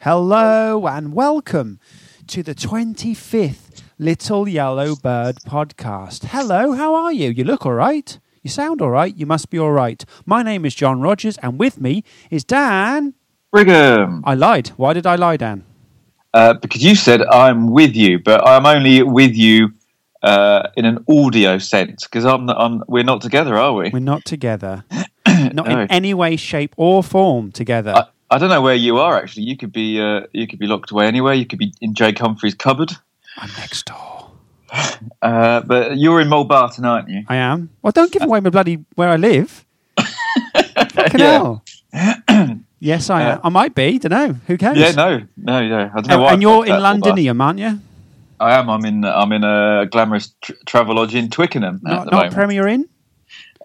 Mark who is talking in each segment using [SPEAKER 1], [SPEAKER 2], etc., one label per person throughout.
[SPEAKER 1] Hello and welcome to the 25th Little Yellow Bird podcast. Hello, how are you? You look all right. You sound all right. You must be all right. My name is John Rogers, and with me is Dan.
[SPEAKER 2] Brigham.
[SPEAKER 1] I lied. Why did I lie, Dan?
[SPEAKER 2] Uh, because you said I'm with you, but I'm only with you uh, in an audio sense because I'm, I'm we're not together, are we?
[SPEAKER 1] We're not together. Not in any way, shape, or form together.
[SPEAKER 2] I, I don't know where you are actually. You could be uh, you could be locked away anywhere. You could be in Jake Humphrey's cupboard.
[SPEAKER 1] I'm next door.
[SPEAKER 2] Uh, but you're in Mulbarton, aren't you?
[SPEAKER 1] I am. Well, don't give away my bloody where I live. Fucking
[SPEAKER 2] Yeah. Uh,
[SPEAKER 1] hell. yes, I am. I might be. Don't know. Who cares?
[SPEAKER 2] Yeah, no, no, no. I don't know
[SPEAKER 1] And,
[SPEAKER 2] why I
[SPEAKER 1] Oh, and you're
[SPEAKER 2] picked
[SPEAKER 1] in
[SPEAKER 2] that Mulbarton.
[SPEAKER 1] Londonium, aren't you?
[SPEAKER 2] I am. I'm in. I'm in a glamorous tr travel lodge in Twickenham at
[SPEAKER 1] Not,
[SPEAKER 2] the
[SPEAKER 1] not
[SPEAKER 2] moment.
[SPEAKER 1] Premier Inn?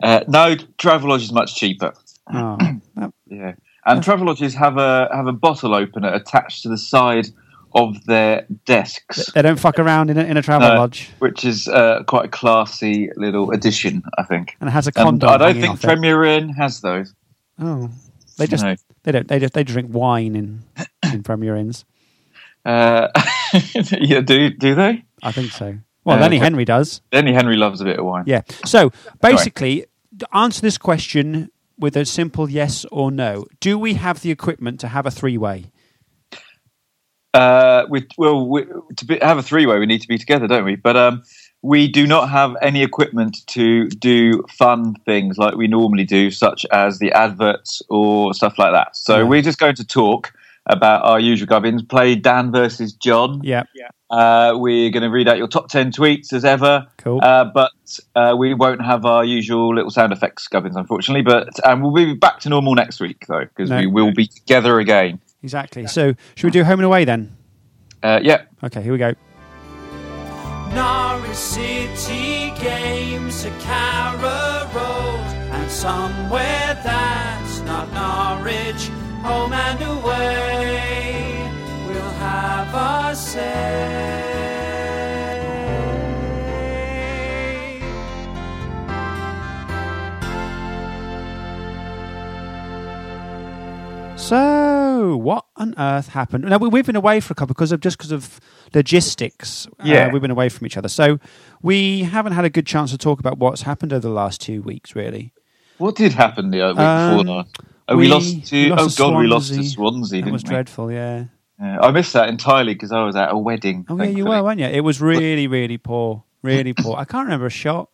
[SPEAKER 2] uh, no, travel lodge is much cheaper.
[SPEAKER 1] Oh, that-
[SPEAKER 2] Yeah, and travel lodges have a have a bottle opener attached to the side of their desks.
[SPEAKER 1] they don't fuck around in a, in a travel
[SPEAKER 2] No,
[SPEAKER 1] lodge.
[SPEAKER 2] which is uh, quite a classy little addition, I think.
[SPEAKER 1] And it has a
[SPEAKER 2] And
[SPEAKER 1] condom.
[SPEAKER 2] Um, I don't
[SPEAKER 1] hanging
[SPEAKER 2] think
[SPEAKER 1] off it.
[SPEAKER 2] Premier Inn has those.
[SPEAKER 1] Oh, they just
[SPEAKER 2] No.
[SPEAKER 1] they don't they just they drink wine in in Premier Inns.
[SPEAKER 2] Uh, yeah, do do they?
[SPEAKER 1] I think so. Well,
[SPEAKER 2] Uh,
[SPEAKER 1] Lenny
[SPEAKER 2] but-
[SPEAKER 1] Henry does.
[SPEAKER 2] Lenny Henry loves a bit of wine.
[SPEAKER 1] Yeah. So basically, d- answer this question with a simple yes or no. Do we have the equipment to have a three-way?
[SPEAKER 2] Uh, we, well, we, to be, have a three-way, we need to be together, don't we? But um, we do not have any equipment to do fun things like we normally do, such as the adverts or stuff like that. So
[SPEAKER 1] Right.
[SPEAKER 2] we're just going to talk about our usual gubbins, play Dan versus John.
[SPEAKER 1] Yeah.
[SPEAKER 2] Uh, we're going to read out your top 10 tweets as ever.
[SPEAKER 1] Cool.
[SPEAKER 2] Uh, but uh, we won't have our usual little sound effects gubbins, unfortunately. But um, we'll be back to normal next week, though, because
[SPEAKER 1] No.
[SPEAKER 2] we will be together again.
[SPEAKER 1] Exactly. So should we do home and away then?
[SPEAKER 2] Uh, yeah.
[SPEAKER 1] Okay. Here we go.
[SPEAKER 3] Norwich City games a Carrow Road and somewhere that's not Norwich, home and away. We'll have our say.
[SPEAKER 1] So, what on earth happened? Now, we- we've been away for a couple because of just because of logistics. Uh,
[SPEAKER 2] Yeah.
[SPEAKER 1] we've been away from each other, so we haven't had a good chance to talk about what's happened over the last two weeks, really.
[SPEAKER 2] What did happen the other week
[SPEAKER 1] Um,
[SPEAKER 2] before that? Oh, we, lost to.
[SPEAKER 1] we
[SPEAKER 2] oh,
[SPEAKER 1] lost to
[SPEAKER 2] God, we lost to
[SPEAKER 1] Swansea.
[SPEAKER 2] Swansea,
[SPEAKER 1] That
[SPEAKER 2] didn't
[SPEAKER 1] was
[SPEAKER 2] we?
[SPEAKER 1] dreadful. Yeah.
[SPEAKER 2] Yeah, I missed that entirely because I was at a wedding.
[SPEAKER 1] Oh, yeah, you
[SPEAKER 2] thankfully.
[SPEAKER 1] were, weren't you? It was really, really poor. Really poor. I can't remember a shot.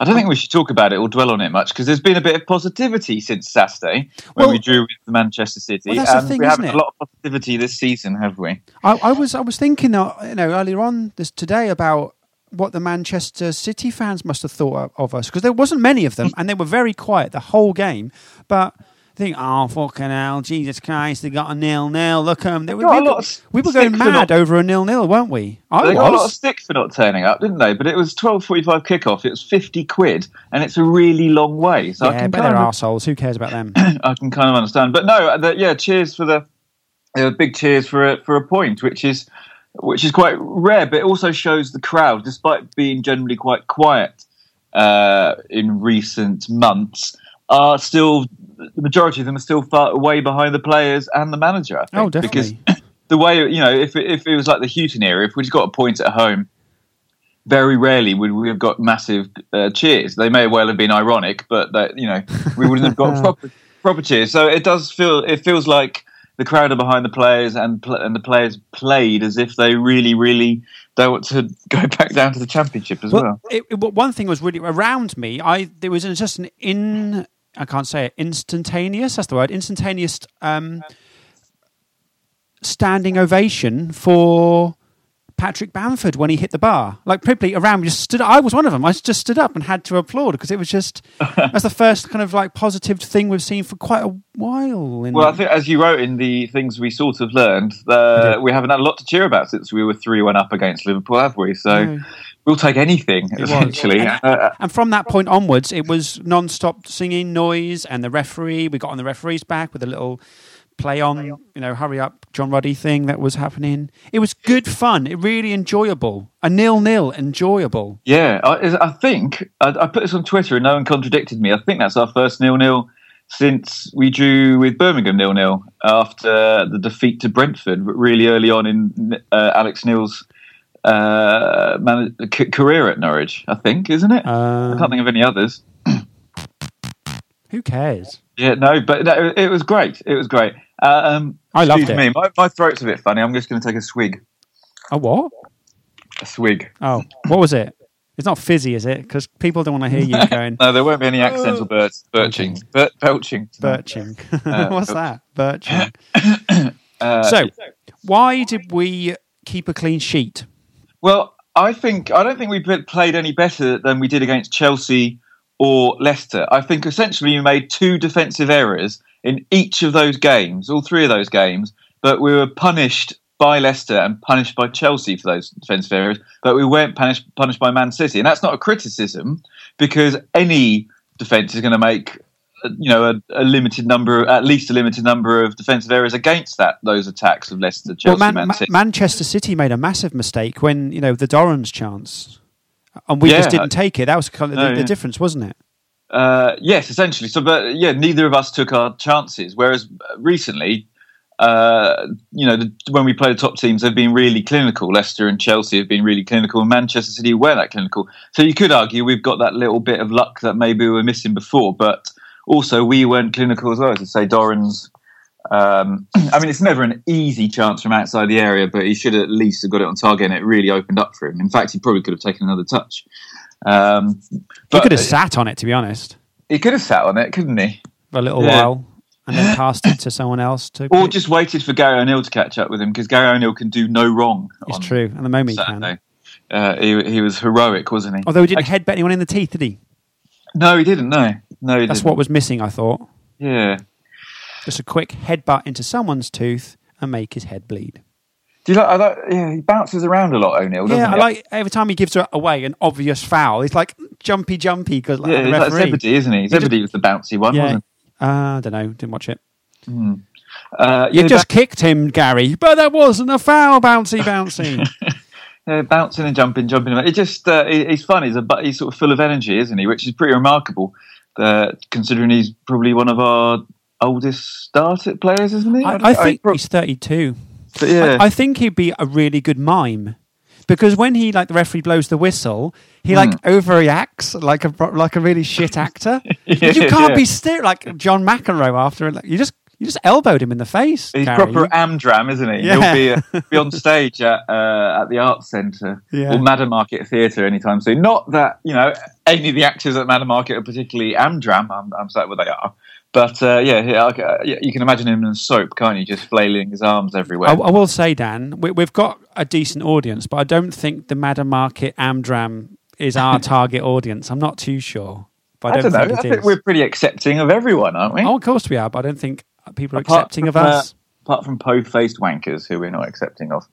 [SPEAKER 2] I don't think we should talk about it or dwell on it much because there's been a bit of positivity since Saturday when
[SPEAKER 1] Well-
[SPEAKER 2] we drew with Manchester City.
[SPEAKER 1] Well, that's the
[SPEAKER 2] and
[SPEAKER 1] thing,
[SPEAKER 2] we haven't
[SPEAKER 1] isn't
[SPEAKER 2] a
[SPEAKER 1] it?
[SPEAKER 2] lot of positivity this season, have we?
[SPEAKER 1] I, I was I was thinking uh, you know earlier on this today about what the Manchester City fans must have thought of, of us because there wasn't many of
[SPEAKER 2] Mm.
[SPEAKER 1] them and they were very quiet the whole game. But I think oh fucking hell, Jesus Christ, they got a nil nil. Look um, they, we,
[SPEAKER 2] got a
[SPEAKER 1] were,
[SPEAKER 2] lot of
[SPEAKER 1] we were going
[SPEAKER 2] stick for
[SPEAKER 1] mad
[SPEAKER 2] not-
[SPEAKER 1] over a nil nil, weren't we? I
[SPEAKER 2] They got a lot of
[SPEAKER 1] was.
[SPEAKER 2] stick for not turning up, didn't they? But it was twelve forty-five kickoff. It was fifty quid, and it's a really long way. So I
[SPEAKER 1] yeah,
[SPEAKER 2] can
[SPEAKER 1] but
[SPEAKER 2] kind
[SPEAKER 1] they're
[SPEAKER 2] of,
[SPEAKER 1] assholes. Who cares about them?
[SPEAKER 2] I can kind of understand. But no, uh, the, yeah, cheers for the uh, big cheers for a, for a point, which is which is quite rare, but it also shows the crowd, despite being generally quite quiet uh, in recent months, are still the majority of them are still far way behind the players and the manager. I think,
[SPEAKER 1] Oh, definitely.
[SPEAKER 2] Because the way you know, if it- if it was like the Houghton era, if we'd got a point at home. Very rarely would we have got massive uh, cheers. They may well have been ironic, but that you know we wouldn't have got proper, proper cheers. So it does feel it feels like the crowd are behind the players, and pl- and the players played as if they really, really don't want to go back down to the championship as well.
[SPEAKER 1] It, it- well, one thing was really around me. I there was just an in I can't say it instantaneous. That's the word instantaneous um, standing ovation for Patrick Bamford when he hit the bar. Like people around me just stood. I was one of them. I just stood up and had to applaud because it was just that's the first kind of like positive thing we've seen for quite a while. In
[SPEAKER 2] Well, I think as you wrote in the things we sort of learned, uh, we haven't had a lot to cheer about since we were three-one up against Liverpool, have we? So
[SPEAKER 1] No.
[SPEAKER 2] we'll take anything
[SPEAKER 1] was.
[SPEAKER 2] essentially.
[SPEAKER 1] And-
[SPEAKER 2] Uh,
[SPEAKER 1] And from that point onwards, it was non-stop singing, noise, and the referee. We got on the referee's back with a little play on, you know, hurry up, John Ruddy thing that was happening. It was good fun. It really enjoyable. A nil-nil, enjoyable.
[SPEAKER 2] yeah, I, is- I think I, I put this on Twitter and no one contradicted me. I think that's our first nil-nil since we drew with Birmingham nil-nil after the defeat to Brentford really early on in uh, Alex Neil's uh, man- c- career at Norwich. I think, isn't it? I can't think of any others.
[SPEAKER 1] Um, Who cares?
[SPEAKER 2] Yeah, no, but no, it was great. It was great. Uh, um,
[SPEAKER 1] I loved
[SPEAKER 2] excuse
[SPEAKER 1] it.
[SPEAKER 2] Me, my, my throat's a bit funny. I'm just going to take a swig.
[SPEAKER 1] A what?
[SPEAKER 2] A swig.
[SPEAKER 1] Oh, what was it? It's not fizzy, is it? Because people don't want to hear you going
[SPEAKER 2] No, there won't be any accidental birds, belching, Bur- belching.
[SPEAKER 1] birching.
[SPEAKER 2] Uh,
[SPEAKER 1] What's
[SPEAKER 2] oops.
[SPEAKER 1] that? Birching.
[SPEAKER 2] Uh,
[SPEAKER 1] so, why did we keep a clean sheet?
[SPEAKER 2] Well, I think I don't think we pl- played any better than we did against Chelsea or Leicester. I think essentially we made two defensive errors in each of those games, all three of those games, but we were punished by Leicester and punished by Chelsea for those defensive errors, but we weren't punished punished by Man City. And that's not a criticism because any defense is going to make uh, you know a, a limited number at least a limited number of defensive errors against that those attacks of Leicester
[SPEAKER 1] well,
[SPEAKER 2] Chelsea
[SPEAKER 1] Man-
[SPEAKER 2] Man
[SPEAKER 1] Ma-
[SPEAKER 2] City.
[SPEAKER 1] Manchester City made a massive mistake when you know the Durham's chance, and we
[SPEAKER 2] Yeah.
[SPEAKER 1] just didn't take it. That was kind of the,
[SPEAKER 2] No,
[SPEAKER 1] the
[SPEAKER 2] yeah.
[SPEAKER 1] difference, wasn't it?
[SPEAKER 2] Uh, yes, essentially. So, but yeah, neither of us took our chances. Whereas uh, recently, uh, you know, the, when we play the top teams, they've been really clinical. Leicester and Chelsea have been really clinical, and Manchester City were that clinical. So you could argue we've got that little bit of luck that maybe we were missing before, but also we weren't clinical as well. As I say, Doran's. Um, I mean, it's never an easy chance from outside the area, but he should at least have got it on target, and it really opened up for him. In fact, he probably could have taken another touch. Um,
[SPEAKER 1] He
[SPEAKER 2] but-
[SPEAKER 1] could have sat on it, to be honest,
[SPEAKER 2] he could have sat on it, couldn't he?
[SPEAKER 1] for a little
[SPEAKER 2] Yeah.
[SPEAKER 1] while, and then passed it to someone else. To
[SPEAKER 2] Or just waited for Gary O'Neill to catch up with him because Gary O'Neill can do no wrong.
[SPEAKER 1] it's
[SPEAKER 2] on
[SPEAKER 1] true. At the moment, he can. Oh,
[SPEAKER 2] Saturday. Uh, he, he was heroic, wasn't he?
[SPEAKER 1] Although he didn't headbutt anyone in the teeth, did he?
[SPEAKER 2] no, he didn't. No, no, he
[SPEAKER 1] That's
[SPEAKER 2] didn't.
[SPEAKER 1] what was missing, I thought.
[SPEAKER 2] Yeah.
[SPEAKER 1] Just a quick headbutt into someone's tooth and make his head bleed.
[SPEAKER 2] Do you like? I like yeah, he bounces around a lot, O'Neill. doesn't
[SPEAKER 1] yeah, I
[SPEAKER 2] he?
[SPEAKER 1] like every time he gives her away an obvious foul. It's like jumpy, jumpy because like,
[SPEAKER 2] Yeah,
[SPEAKER 1] the
[SPEAKER 2] he's like
[SPEAKER 1] referee.
[SPEAKER 2] Zebedee, isn't he?
[SPEAKER 1] just-
[SPEAKER 2] Zebedee was the bouncy one,
[SPEAKER 1] yeah,
[SPEAKER 2] wasn't?
[SPEAKER 1] uh, I don't know. Didn't watch it.
[SPEAKER 2] he? Uh,
[SPEAKER 1] You
[SPEAKER 2] yeah,
[SPEAKER 1] just kicked him, Gary, but that wasn't a foul. Bouncy, bouncy.
[SPEAKER 2] bou- yeah, bouncing and jumping, jumping. around. It just uh, he, he's fun. He's a bu- he's sort of full of energy, isn't he? Which is pretty remarkable, uh, considering he's probably one of our oldest starter players, isn't he?
[SPEAKER 1] I, I think
[SPEAKER 2] pro-
[SPEAKER 1] he's thirty-two.
[SPEAKER 2] but yeah.
[SPEAKER 1] I, I think he'd be a really good mime because when he like the referee blows the whistle, he like
[SPEAKER 2] Hmm.
[SPEAKER 1] overreacts like a pro- like a really shit actor. you can't
[SPEAKER 2] yeah.
[SPEAKER 1] be still like John McEnroe after like, you just you just elbowed him in the face.
[SPEAKER 2] He's
[SPEAKER 1] Gary.
[SPEAKER 2] proper Amdram, isn't he?
[SPEAKER 1] Yeah.
[SPEAKER 2] He'll be, uh, be on stage at uh, at the Arts Centre
[SPEAKER 1] Yeah.
[SPEAKER 2] or Madam Market Theatre anytime soon. Not that you know any of the actors at Madam Market are particularly Amdram. I'm, I'm certain what they are, but uh, yeah, yeah, like, uh, yeah, you can imagine him in soap, can't you? Just flailing his arms everywhere.
[SPEAKER 1] I, I will say, Dan, we, we've got a decent audience, but I don't think the Madam Market Amdram is our target audience. I'm not too sure. But
[SPEAKER 2] I don't know.
[SPEAKER 1] think
[SPEAKER 2] I
[SPEAKER 1] it
[SPEAKER 2] think
[SPEAKER 1] is.
[SPEAKER 2] we're pretty accepting of everyone, aren't we?
[SPEAKER 1] Oh, of course we are, but I don't think people are
[SPEAKER 2] Apart
[SPEAKER 1] accepting of
[SPEAKER 2] from, uh,
[SPEAKER 1] us.
[SPEAKER 2] apart from po-faced wankers, who we're not accepting of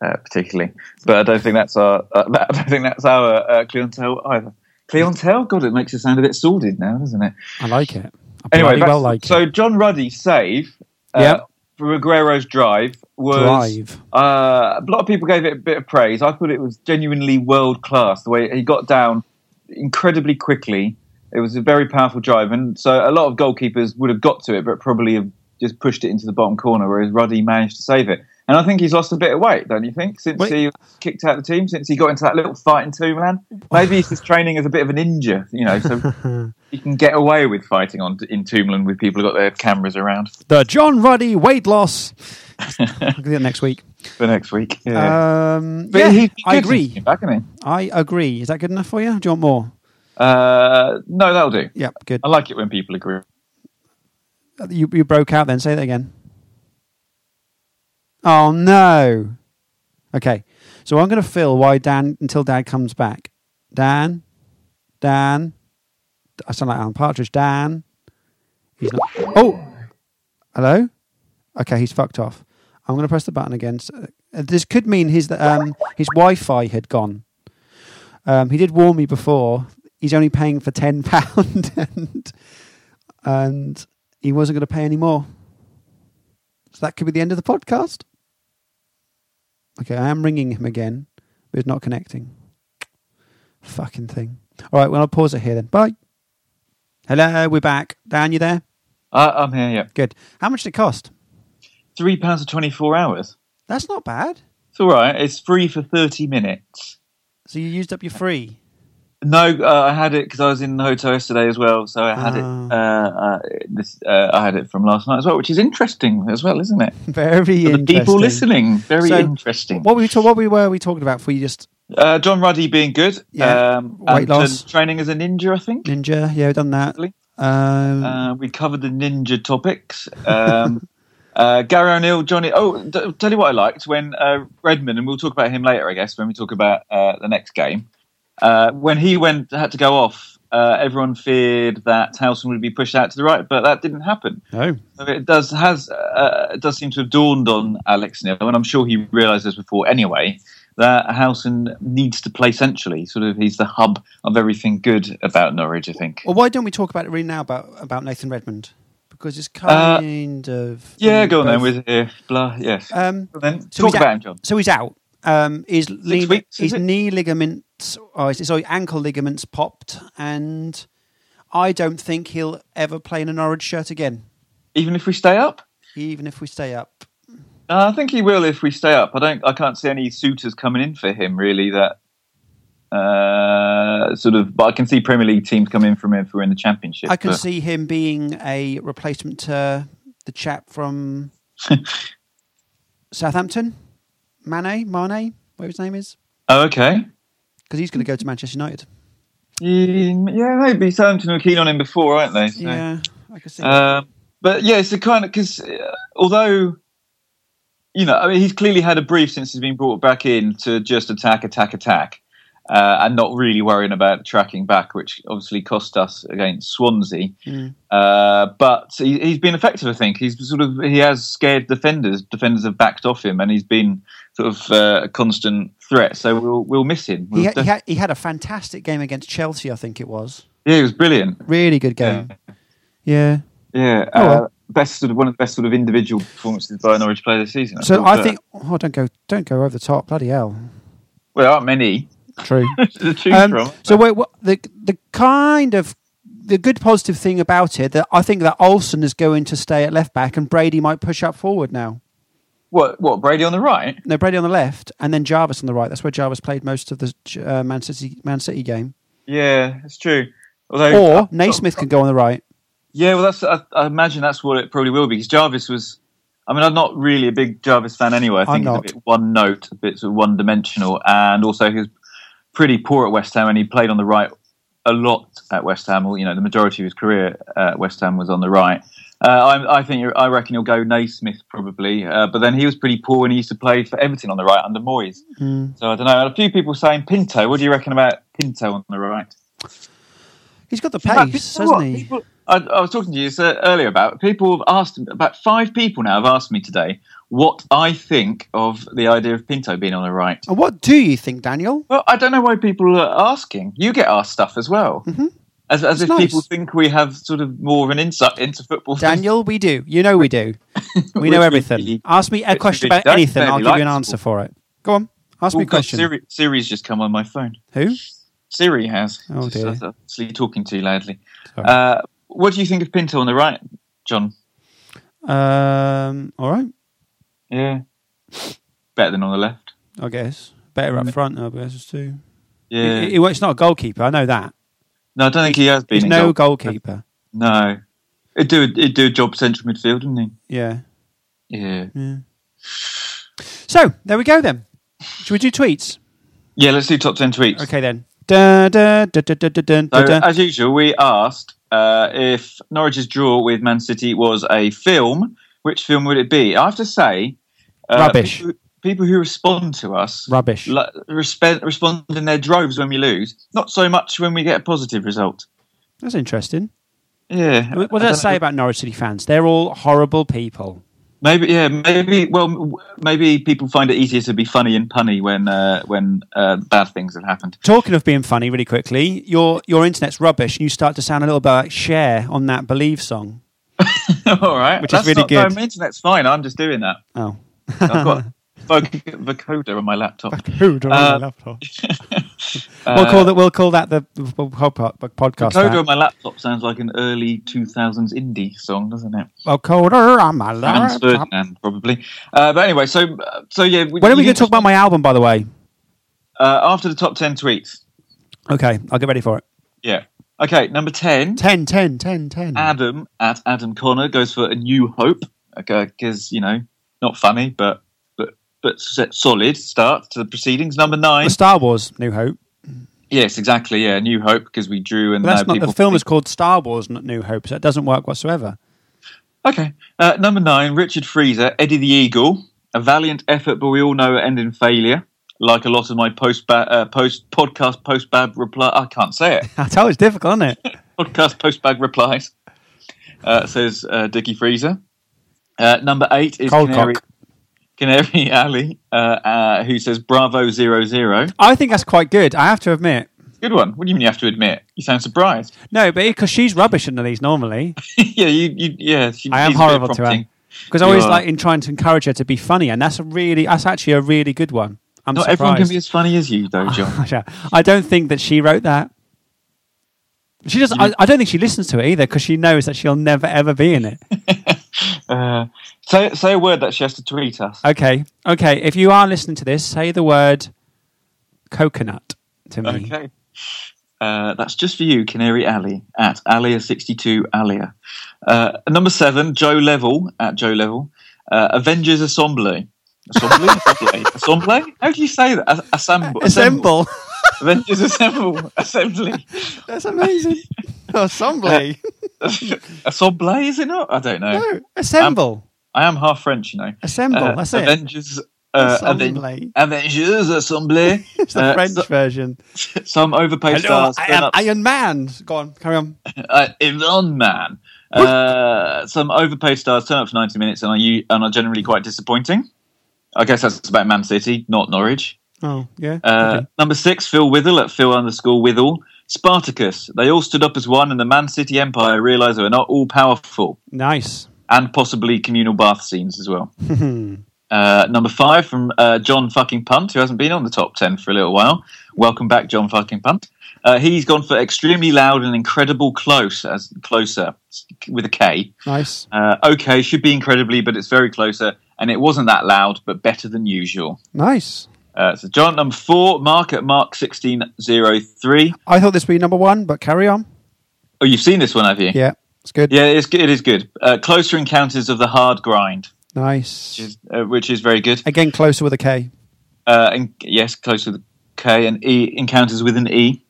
[SPEAKER 2] uh, particularly. But I don't think that's our. Uh, I don't think that's our uh, clientele either. Clientele, God, it makes it sound a bit sordid now, doesn't it?
[SPEAKER 1] I like it. I
[SPEAKER 2] Anyway,
[SPEAKER 1] bloody
[SPEAKER 2] back-
[SPEAKER 1] well like
[SPEAKER 2] so
[SPEAKER 1] it.
[SPEAKER 2] John Ruddy's save uh,
[SPEAKER 1] Yep.
[SPEAKER 2] for Aguero's drive was
[SPEAKER 1] Drive.
[SPEAKER 2] Uh, a lot of people gave it a bit of praise. I thought it was genuinely world class. The way he got down incredibly quickly, it was a very powerful drive, and so a lot of goalkeepers would have got to it, but probably have just pushed it into the bottom corner. Whereas Ruddy managed to save it. And I think he's lost a bit of weight, don't you think? Since
[SPEAKER 1] Wait.
[SPEAKER 2] he was kicked out of the team, since he got into that little fight in two man, maybe he's just training as a bit of a ninja, you know, so he can get away with fighting on in Tombland with people who got their cameras around
[SPEAKER 1] The John Ruddy weight loss. I'll do that next week.
[SPEAKER 2] for next week. Yeah,
[SPEAKER 1] Um,
[SPEAKER 2] But
[SPEAKER 1] yeah,
[SPEAKER 2] he'd be
[SPEAKER 1] I
[SPEAKER 2] good since he
[SPEAKER 1] agree.
[SPEAKER 2] came Back, isn't he?
[SPEAKER 1] I agree. Is that good enough for you? Do you want more?
[SPEAKER 2] Uh, no, that'll do.
[SPEAKER 1] Yep, good.
[SPEAKER 2] I like it when people agree.
[SPEAKER 1] You, you broke out then. Say that again. Oh, no. Okay. So I'm going to fill why Dan until Dad comes back. Dan. Dan. I sound like Alan Partridge. Dan. He's not. Oh. Hello? Okay, he's fucked off. I'm going to press the button again. So, uh, this could mean his, um, his Wi Fi had gone. Um, he did warn me before. He's only paying for £10 and, and he wasn't going to pay any more. So that could be the end of the podcast. Okay, I am ringing him again, but it's not connecting. Fucking thing. All right, well, I'll pause it here then. Bye. Hello, we're back. Dan, you there?
[SPEAKER 2] Uh, I'm here, yeah.
[SPEAKER 1] Good. How much did it cost?
[SPEAKER 2] Three pounds for 24 hours.
[SPEAKER 1] That's not bad.
[SPEAKER 2] It's all right. It's free for 30 minutes.
[SPEAKER 1] So you used up your free.
[SPEAKER 2] No, uh, I had it because I was in the hotel yesterday as well, so I had
[SPEAKER 1] Ah.
[SPEAKER 2] it. Uh, uh, this uh, I had it from last night as well, which is interesting as well, isn't it?
[SPEAKER 1] Very
[SPEAKER 2] For the
[SPEAKER 1] interesting.
[SPEAKER 2] people listening, very
[SPEAKER 1] So,
[SPEAKER 2] interesting.
[SPEAKER 1] What were we ta- what we were we talking about before you just
[SPEAKER 2] Uh, John Ruddy being good,
[SPEAKER 1] Yeah.
[SPEAKER 2] um,
[SPEAKER 1] Weight
[SPEAKER 2] and,
[SPEAKER 1] loss.
[SPEAKER 2] and training as a ninja, I think.
[SPEAKER 1] ninja? Yeah, we've done that.
[SPEAKER 2] Really?
[SPEAKER 1] Um,
[SPEAKER 2] Uh, we covered the ninja topics. Um, uh, Gary O'Neill, Johnny. Oh, d- tell you what I liked when uh, Redmond, and we'll talk about him later, I guess, when we talk about uh, the next game. Uh, when he went had to go off, uh, everyone feared that Towson would be pushed out to the right, but that didn't happen.
[SPEAKER 1] no.
[SPEAKER 2] So it does has uh, it does seem to have dawned on Alex Neil, and I'm sure he realised this before anyway. That Howson needs to play centrally. Sort of, he's the hub of everything good about Norwich. I think.
[SPEAKER 1] Well, why don't we talk about it really now about about Nathan Redmond? Because it's kind of
[SPEAKER 2] Uh, Yeah, go on then.
[SPEAKER 1] both.
[SPEAKER 2] With here, blah. Yes.
[SPEAKER 1] um,
[SPEAKER 2] Well then,
[SPEAKER 1] so
[SPEAKER 2] talk
[SPEAKER 1] he's
[SPEAKER 2] about
[SPEAKER 1] out,
[SPEAKER 2] him, John.
[SPEAKER 1] So he's out. Um, his knee,
[SPEAKER 2] weeks, is
[SPEAKER 1] his
[SPEAKER 2] it?
[SPEAKER 1] knee ligaments, oh, is it- sorry, ankle ligaments popped, and I don't think he'll ever play in an orange shirt again,
[SPEAKER 2] Even if we stay up,
[SPEAKER 1] even if we stay up.
[SPEAKER 2] uh, I think he will. If we stay up, I don't. I can't see any suitors coming in for him really. That uh, sort of, but I can see Premier League teams come in from him if we're in the Championship.
[SPEAKER 1] I can
[SPEAKER 2] but-
[SPEAKER 1] see him being a replacement to the chap from Southampton, Mane, Mane, whatever his name is,
[SPEAKER 2] Oh, okay.
[SPEAKER 1] because he's going to go to Manchester United.
[SPEAKER 2] Yeah, maybe Southampton were keen on him before, aren't they? So-
[SPEAKER 1] Yeah, I can see.
[SPEAKER 2] Um, but yeah, it's the kind of because uh, although you know, I mean, he's clearly had a brief since he's been brought back in to just attack, attack, attack, uh, and not really worrying about tracking back, which obviously cost us against Swansea.
[SPEAKER 1] Mm.
[SPEAKER 2] Uh, but he, he's been effective, I think. He's sort of he has scared defenders. Defenders have backed off him, and he's been sort of uh, a constant threat. So we'll we'll miss him. We'll
[SPEAKER 1] he, ha- he,
[SPEAKER 2] def-
[SPEAKER 1] had, he had a fantastic game against Chelsea, I think it was.
[SPEAKER 2] yeah, he was brilliant.
[SPEAKER 1] Really good game. Yeah.
[SPEAKER 2] Yeah,
[SPEAKER 1] Oh,
[SPEAKER 2] uh,
[SPEAKER 1] well.
[SPEAKER 2] best sort of one of the best sort of individual performances by a Norwich player this season.
[SPEAKER 1] So
[SPEAKER 2] thought,
[SPEAKER 1] I
[SPEAKER 2] but-
[SPEAKER 1] think. Oh, don't go! Don't go over the top. Bloody hell!
[SPEAKER 2] well, there aren't many
[SPEAKER 1] True.
[SPEAKER 2] to choose from.
[SPEAKER 1] so wait, what, the the kind of the good positive thing about it that I think that Olsen is going to stay at left back and Brady might push up forward now.
[SPEAKER 2] What? What? Brady on the right?
[SPEAKER 1] No, Brady on the left and then Jarvis on the right. That's where Jarvis played most of the uh, Man City Man City game.
[SPEAKER 2] Yeah, that's true. Although,
[SPEAKER 1] Or Naismith can go on the right.
[SPEAKER 2] yeah, well, that's I, I imagine that's what it probably will be because Jarvis was. I mean, I'm not really a big Jarvis fan anyway. I
[SPEAKER 1] I'm
[SPEAKER 2] think he's a
[SPEAKER 1] not.
[SPEAKER 2] bit one note, a bit sort of one dimensional, and also he was pretty poor at West Ham, and he played on the right a lot at West Ham. Well, you know, the majority of his career at West Ham was on the right. Uh, I, I think I reckon he'll go Naismith probably, uh, but then he was pretty poor when he used to play for Everton on the right under Moyes.
[SPEAKER 1] Hmm.
[SPEAKER 2] So I don't know. A few people saying Pinto. What do you reckon about Pinto on the right?
[SPEAKER 1] He's got the
[SPEAKER 2] But you
[SPEAKER 1] pace,
[SPEAKER 2] know
[SPEAKER 1] hasn't
[SPEAKER 2] what?
[SPEAKER 1] he?
[SPEAKER 2] People- I, I was talking to you uh, earlier about people have asked about five people now have asked me today what I think of the idea of Pinto being on the right.
[SPEAKER 1] And what do you think, Daniel?
[SPEAKER 2] Well, I don't know why people are asking. You get asked stuff as well, as, as if
[SPEAKER 1] Mm-hmm. nice.
[SPEAKER 2] people think we have sort of more of an insight into football.
[SPEAKER 1] Daniel, we do. You know we do. We know
[SPEAKER 2] Which
[SPEAKER 1] everything.
[SPEAKER 2] we-
[SPEAKER 1] Ask me a
[SPEAKER 2] which
[SPEAKER 1] question
[SPEAKER 2] we
[SPEAKER 1] about
[SPEAKER 2] don't
[SPEAKER 1] anything, I'll
[SPEAKER 2] barely
[SPEAKER 1] give you
[SPEAKER 2] like
[SPEAKER 1] an
[SPEAKER 2] at
[SPEAKER 1] answer for it. Go on. Ask me a question.
[SPEAKER 2] Siri, Siri's just come on my phone.
[SPEAKER 1] Who?
[SPEAKER 2] Siri has.
[SPEAKER 1] Oh,
[SPEAKER 2] Just-
[SPEAKER 1] dear.
[SPEAKER 2] I was Obviously, talking too loudly.
[SPEAKER 1] Sorry.
[SPEAKER 2] Uh, what do you think of Pinto on the right, John?
[SPEAKER 1] Um, all Uh, right.
[SPEAKER 2] Yeah. Better than on the left.
[SPEAKER 1] I guess. Better up front, I guess, too.
[SPEAKER 2] Mm. Yeah.
[SPEAKER 1] He- he- well, it's not a goalkeeper. I know that.
[SPEAKER 2] no, I don't think he has been.
[SPEAKER 1] He's
[SPEAKER 2] in
[SPEAKER 1] no
[SPEAKER 2] goal.
[SPEAKER 1] goalkeeper.
[SPEAKER 2] No. He'd do, he'd do a job central midfield, wouldn't he?
[SPEAKER 1] Yeah.
[SPEAKER 2] Yeah.
[SPEAKER 1] So there we go then. Should we do tweets?
[SPEAKER 2] Yeah, let's do top 10 tweets.
[SPEAKER 1] Okay then. Da, da, da, da, da, da, da,
[SPEAKER 2] So, uh,
[SPEAKER 1] da.
[SPEAKER 2] as usual, we asked uh, if Norwich's draw with Man City was a film, which film would it be? I have to say, uh,
[SPEAKER 1] Rubbish.
[SPEAKER 2] People, people who respond to us
[SPEAKER 1] Rubbish.
[SPEAKER 2] L- respe- respond in their droves when we lose. Not so much when we get a positive result.
[SPEAKER 1] That's interesting.
[SPEAKER 2] Yeah.
[SPEAKER 1] What does that
[SPEAKER 2] I don't
[SPEAKER 1] say
[SPEAKER 2] know.
[SPEAKER 1] about Norwich City fans? They're all horrible people.
[SPEAKER 2] Maybe yeah. Maybe well. m- Maybe people find it easier to be funny and punny when uh, when uh, bad things have happened.
[SPEAKER 1] Talking of being funny, really quickly, your your internet's rubbish, and you start to sound a little bit like Cher on that Believe song.
[SPEAKER 2] All right.
[SPEAKER 1] Which is
[SPEAKER 2] That's
[SPEAKER 1] really
[SPEAKER 2] not, no,
[SPEAKER 1] good.
[SPEAKER 2] my internet's fine. I'm just doing that.
[SPEAKER 1] Oh,
[SPEAKER 2] I've got voc- vocoder on my laptop.
[SPEAKER 1] who do
[SPEAKER 2] Uh,
[SPEAKER 1] laptop? we'll call that. We'll call that the we'll call po- podcast.
[SPEAKER 2] Vocoder on
[SPEAKER 1] that.
[SPEAKER 2] my laptop sounds like an early 2000s indie song, doesn't it?
[SPEAKER 1] Vocoder Oh, on my
[SPEAKER 2] Franz
[SPEAKER 1] laptop.
[SPEAKER 2] Ferdinand, probably. Uh, but anyway, so uh, so yeah.
[SPEAKER 1] When are we
[SPEAKER 2] you
[SPEAKER 1] going to talk about my album? By the way,
[SPEAKER 2] uh, after the top ten tweets?
[SPEAKER 1] okay, I'll get ready for it.
[SPEAKER 2] Yeah. Okay, number ten.
[SPEAKER 1] 10, 10, 10, 10.
[SPEAKER 2] Adam at Adam Connor goes for a new hope. Okay, because you know, not funny, but but but s- solid start to the proceedings. Number nine.
[SPEAKER 1] The Star Wars New Hope.
[SPEAKER 2] Yes, exactly. Yeah, New Hope because we drew and
[SPEAKER 1] But that's
[SPEAKER 2] uh,
[SPEAKER 1] not
[SPEAKER 2] people
[SPEAKER 1] the film is called Star Wars not New Hope, so it doesn't work whatsoever.
[SPEAKER 2] Okay. Uh, number nine, Richard Freezer, Eddie the Eagle. A valiant effort, but we all know it ended in failure. Like a lot of my post ba- uh, post podcast post bab reply, I can't say it.
[SPEAKER 1] I tell you, it's difficult, isn't it?
[SPEAKER 2] podcast post bag replies. Uh, says uh, Dickie Freezer. Uh, number eight is
[SPEAKER 1] Cold
[SPEAKER 2] Canary,
[SPEAKER 1] cock.
[SPEAKER 2] Canary Alley, uh, uh, who says Bravo zero zero.
[SPEAKER 1] I think that's quite good. I have to admit.
[SPEAKER 2] Good one. What do you mean you have to admit? You sound surprised.
[SPEAKER 1] No, but because she's rubbish under these normally,
[SPEAKER 2] yeah, you, you. Yeah, she,
[SPEAKER 1] I am
[SPEAKER 2] she's a bit
[SPEAKER 1] horrible to her.
[SPEAKER 2] prompting.
[SPEAKER 1] Because I always
[SPEAKER 2] You are.
[SPEAKER 1] like in trying to encourage her to be funny, and that's a really, that's actually a really good one. I'm
[SPEAKER 2] Not everyone can
[SPEAKER 1] surprised.
[SPEAKER 2] be as funny as you, though, John.
[SPEAKER 1] Yeah. I don't think that she wrote that. She doesn't. I, I don't think she listens to it either because she knows that she'll never ever be in it.
[SPEAKER 2] uh, say say a word that she has to tweet us.
[SPEAKER 1] Okay, okay. If you are listening to this, say the word coconut to me.
[SPEAKER 2] Okay. Uh, that's just for you, Canary Alley at Alia62 Alia. Uh, number seven, Joe Level at Joe Level. Uh, Avengers Assembly. Assembly? Assembly? Assembly? How do you say that? As- Assemble.
[SPEAKER 1] Assemble.
[SPEAKER 2] Avengers Assemble. Assembly.
[SPEAKER 1] That's amazing. Assembly.
[SPEAKER 2] Assembly, is it not? I don't know.
[SPEAKER 1] No, assemble.
[SPEAKER 2] I am half French, you know.
[SPEAKER 1] Assemble,
[SPEAKER 2] um, Uh,
[SPEAKER 1] that's it.
[SPEAKER 2] Avengers, it. Uh, Aven-
[SPEAKER 1] Assembly.
[SPEAKER 2] Avengers Assembly.
[SPEAKER 1] It's the
[SPEAKER 2] Uh,
[SPEAKER 1] French
[SPEAKER 2] so-
[SPEAKER 1] version.
[SPEAKER 2] some overpaid
[SPEAKER 1] Hello,
[SPEAKER 2] stars.
[SPEAKER 1] I
[SPEAKER 2] turn
[SPEAKER 1] am
[SPEAKER 2] up-
[SPEAKER 1] Iron Man. Go on, carry on.
[SPEAKER 2] uh, Iran man. Uh, some overpaid stars turn up for 90 minutes and are, you, and are generally quite disappointing. I guess that's about Man City, not Norwich.
[SPEAKER 1] Oh, yeah.
[SPEAKER 2] Uh, Number six, Phil Withall at Phil underscore Withall. Spartacus. They all stood up as one, and the Man City Empire realised they were not all powerful,
[SPEAKER 1] nice.
[SPEAKER 2] and possibly communal bath scenes as well. uh, number five from uh, John fucking Punt, who hasn't been on the top ten for a little while. Welcome back, John fucking Punt. Uh, he's gone for extremely loud and incredible close as closer with a K.
[SPEAKER 1] Nice.
[SPEAKER 2] Uh, okay, should be incredibly, but it's very closer, and it wasn't that loud, but better than usual.
[SPEAKER 1] Nice.
[SPEAKER 2] Uh, so John number four, Mark at Mark sixteen zero three.
[SPEAKER 1] I thought this would be number one, but carry on.
[SPEAKER 2] Oh, you've seen this one, have you?
[SPEAKER 1] Yeah, it's good.
[SPEAKER 2] Yeah, it's good. It is good. Uh, closer encounters of the hard grind, which
[SPEAKER 1] Nice.
[SPEAKER 2] is, uh, which is very good.
[SPEAKER 1] Again, closer with a K.
[SPEAKER 2] Uh, and yes, close with a K and E encounters with an E.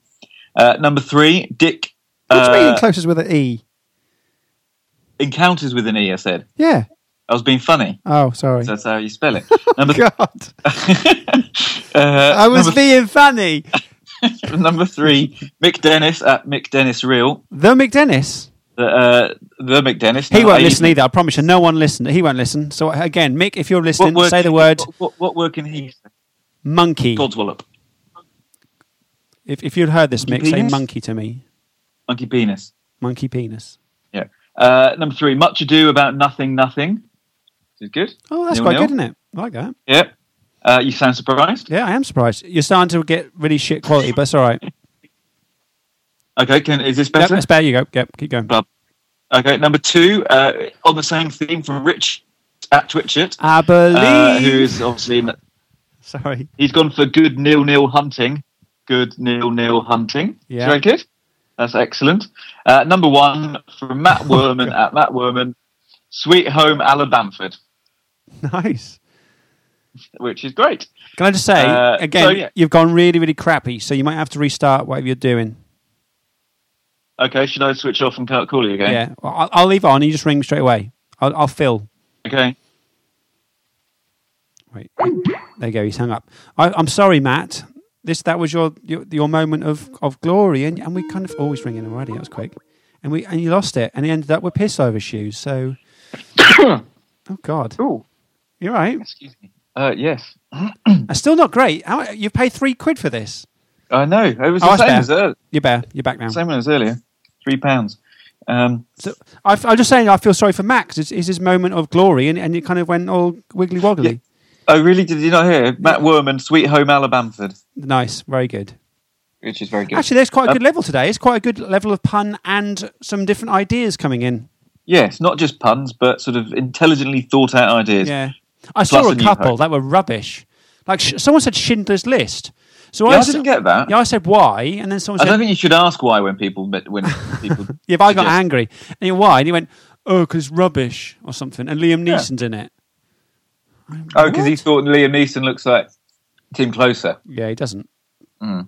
[SPEAKER 2] Uh, number three, Dick
[SPEAKER 1] What do you mean
[SPEAKER 2] uh,
[SPEAKER 1] closest with an E?
[SPEAKER 2] encounters with an E. I said
[SPEAKER 1] Yeah.
[SPEAKER 2] I was being funny.
[SPEAKER 1] Oh, sorry.
[SPEAKER 2] That's how you spell it. Number
[SPEAKER 1] God.
[SPEAKER 2] uh,
[SPEAKER 1] I was being funny.
[SPEAKER 2] number three, Mick Dennis at Mick Dennis Real.
[SPEAKER 1] The McDennis.
[SPEAKER 2] The, uh, the Mick Dennis.
[SPEAKER 1] He
[SPEAKER 2] No,
[SPEAKER 1] won't
[SPEAKER 2] I-
[SPEAKER 1] listen either. I promise you. No one listen. He won't listen. So again, Mick, if you're
[SPEAKER 2] What
[SPEAKER 1] listening,
[SPEAKER 2] word-
[SPEAKER 1] say the word
[SPEAKER 2] What, what, what word can he?
[SPEAKER 1] monkey.
[SPEAKER 2] Godswallop.
[SPEAKER 1] If, if you'd heard this, Mick,
[SPEAKER 2] Monkey
[SPEAKER 1] say
[SPEAKER 2] penis?
[SPEAKER 1] monkey to me.
[SPEAKER 2] Monkey penis.
[SPEAKER 1] Monkey penis.
[SPEAKER 2] Yeah. Uh, number three, much ado about nothing, nothing. This is good.
[SPEAKER 1] Oh, that's
[SPEAKER 2] Nil,
[SPEAKER 1] quite
[SPEAKER 2] nil.
[SPEAKER 1] good, isn't it? I like that.
[SPEAKER 2] Yep. Uh, you sound surprised.
[SPEAKER 1] Yeah, I am surprised. You're starting to get really shit quality, but it's all right.
[SPEAKER 2] Okay. Can is this
[SPEAKER 1] Yep,
[SPEAKER 2] better?
[SPEAKER 1] that's better. You go. Yep, keep going.
[SPEAKER 2] uh, Blah. Okay, number two, uh, on the same theme from Rich at Twitchit,
[SPEAKER 1] I believe.
[SPEAKER 2] uh, who's obviously
[SPEAKER 1] Sorry.
[SPEAKER 2] he's gone for good nil nil hunting. Good nil nil hunting.
[SPEAKER 1] Yeah.
[SPEAKER 2] It's Very good. That's excellent. Uh, number one from Matt Werman at Matt Werman, Sweet Home Alabamford,
[SPEAKER 1] Nice.
[SPEAKER 2] which is great.
[SPEAKER 1] Can I just say
[SPEAKER 2] Uh,
[SPEAKER 1] again?
[SPEAKER 2] so, yeah.
[SPEAKER 1] You've gone really, really crappy, so you might have to restart whatever you're doing.
[SPEAKER 2] Okay, should I switch off and ca- call you again?
[SPEAKER 1] Yeah, Well, I'll, I'll leave it on. You just ring me straight away. I'll, I'll fill.
[SPEAKER 2] Okay.
[SPEAKER 1] Wait, there you go. He's hung up. I, I'm sorry, Matt. This that was your your, your moment of, of glory, and, and we kind of always ring in already. That was quick, and we and you lost it, and he ended up with piss over shoes. So, oh god,
[SPEAKER 2] Ooh,
[SPEAKER 1] you're right.
[SPEAKER 2] excuse me. Uh, yes,
[SPEAKER 1] That's still not great. How, you paid three quid for this.
[SPEAKER 2] I know. It was
[SPEAKER 1] Oh,
[SPEAKER 2] the
[SPEAKER 1] that's
[SPEAKER 2] same
[SPEAKER 1] fair.
[SPEAKER 2] as, earlier.
[SPEAKER 1] You're bear. You're back now.
[SPEAKER 2] same one as earlier. Three pounds. Um,
[SPEAKER 1] So I, am just saying, I feel sorry for Max. It's, it's his moment of glory, and, and it kind of went all wiggly woggly.
[SPEAKER 2] oh, really? Did you not hear Matt Werman, Sweet Home Alabamford,
[SPEAKER 1] Nice, very good.
[SPEAKER 2] which is very good.
[SPEAKER 1] Actually, there's quite a
[SPEAKER 2] Um,
[SPEAKER 1] good level today. It's quite a good level of pun and some different ideas coming in.
[SPEAKER 2] yes, not just puns, but sort of intelligently thought out ideas.
[SPEAKER 1] Yeah, I saw
[SPEAKER 2] Plus
[SPEAKER 1] a
[SPEAKER 2] a new
[SPEAKER 1] couple
[SPEAKER 2] poem.
[SPEAKER 1] that were rubbish. Like sh- someone said Schindler's List. So
[SPEAKER 2] Yeah, I
[SPEAKER 1] s-
[SPEAKER 2] didn't get that.
[SPEAKER 1] Yeah, I said why, and then someone
[SPEAKER 2] I
[SPEAKER 1] said,
[SPEAKER 2] don't think you should ask why when people met- when people.
[SPEAKER 1] "Yeah, but I got
[SPEAKER 2] suggest-
[SPEAKER 1] angry." And he, why? And he went, "Oh, because rubbish or something." And Liam
[SPEAKER 2] Yeah.
[SPEAKER 1] Neeson's in it.
[SPEAKER 2] Oh, because he thought Liam Neeson looks like Tim Closer.
[SPEAKER 1] Yeah, he doesn't. So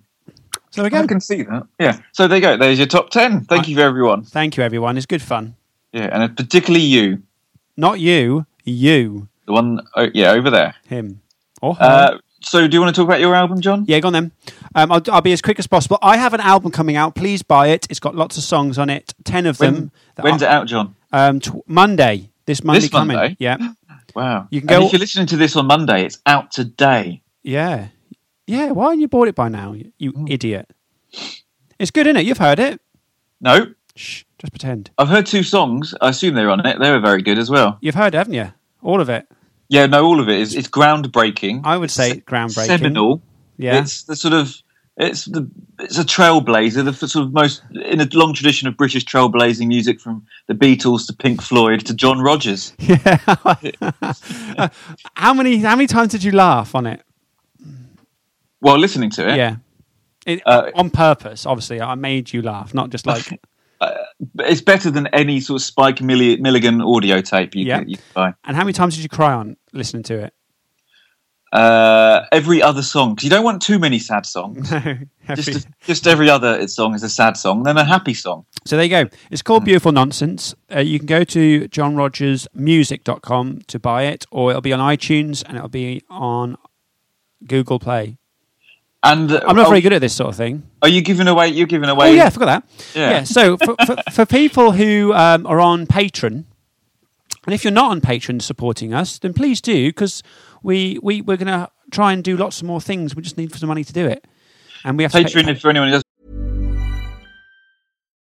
[SPEAKER 1] there we go.
[SPEAKER 2] Hmm. I can see that. Yeah. So there you go. There's your top ten. Thank you for everyone.
[SPEAKER 1] Thank you, everyone. It's good fun.
[SPEAKER 2] Yeah, and particularly you,
[SPEAKER 1] Not you, you,
[SPEAKER 2] the one. Oh, yeah, over there.
[SPEAKER 1] him, or her.
[SPEAKER 2] Uh, so, do you want to talk about your album, John?
[SPEAKER 1] Yeah, go on then. Um, I'll, I'll be as quick as possible. I have an album coming out. Please buy it. It's got lots of songs on it. Ten of
[SPEAKER 2] When,
[SPEAKER 1] them. that
[SPEAKER 2] when's
[SPEAKER 1] are-
[SPEAKER 2] it out, John?
[SPEAKER 1] Um, tw- Monday. This Monday coming.
[SPEAKER 2] Monday?
[SPEAKER 1] Yeah,
[SPEAKER 2] Wow.
[SPEAKER 1] You can
[SPEAKER 2] And
[SPEAKER 1] go-
[SPEAKER 2] if you're listening to this on Monday, it's out today.
[SPEAKER 1] yeah, yeah. Why haven't you bought it by now? You, you
[SPEAKER 2] Oh.
[SPEAKER 1] idiot. It's good, isn't it? You've heard it.
[SPEAKER 2] No,
[SPEAKER 1] Shh, just pretend.
[SPEAKER 2] I've heard two songs. I assume they're on it. They were very good as well.
[SPEAKER 1] You've heard, it, haven't you? All of it.
[SPEAKER 2] Yeah, no, all of it is. It's groundbreaking.
[SPEAKER 1] I would
[SPEAKER 2] It's
[SPEAKER 1] say
[SPEAKER 2] se-
[SPEAKER 1] groundbreaking.
[SPEAKER 2] Seminal.
[SPEAKER 1] Yeah.
[SPEAKER 2] It's the sort of it's the it's a trailblazer, the f- sort of most in a long tradition of British trailblazing music from the Beatles to Pink Floyd to John Rogers.
[SPEAKER 1] How many? How many times did you laugh on it?
[SPEAKER 2] Well, listening to it,
[SPEAKER 1] Yeah. It,
[SPEAKER 2] Uh,
[SPEAKER 1] on purpose, obviously. I made you laugh, not just like
[SPEAKER 2] But it's better than any sort of Spike Milli- Milligan audio tape you,
[SPEAKER 1] Yeah.
[SPEAKER 2] can, you can buy.
[SPEAKER 1] And how many times did you cry on listening to it?
[SPEAKER 2] Uh, every other song, 'cause you don't want too many sad songs.
[SPEAKER 1] Every-
[SPEAKER 2] just just every other song is a sad song, then a happy song.
[SPEAKER 1] so there you go. It's called Beautiful Nonsense. Uh, you can go to johnrogersmusic.com to buy it, or it'll be on iTunes and it'll be on Google Play.
[SPEAKER 2] And uh,
[SPEAKER 1] I'm not
[SPEAKER 2] oh,
[SPEAKER 1] very good at this sort of thing.
[SPEAKER 2] Are you giving away? You're giving
[SPEAKER 1] Oh,
[SPEAKER 2] away?
[SPEAKER 1] yeah, I forgot that.
[SPEAKER 2] Yeah.
[SPEAKER 1] so for, for, for people who um, are on Patreon, and if you're not on Patreon supporting us, then please do, because we, we, we're going to try and do lots more things. We just need some money to do it. And we have to pay-
[SPEAKER 2] Patreon, if for anyone who doesn't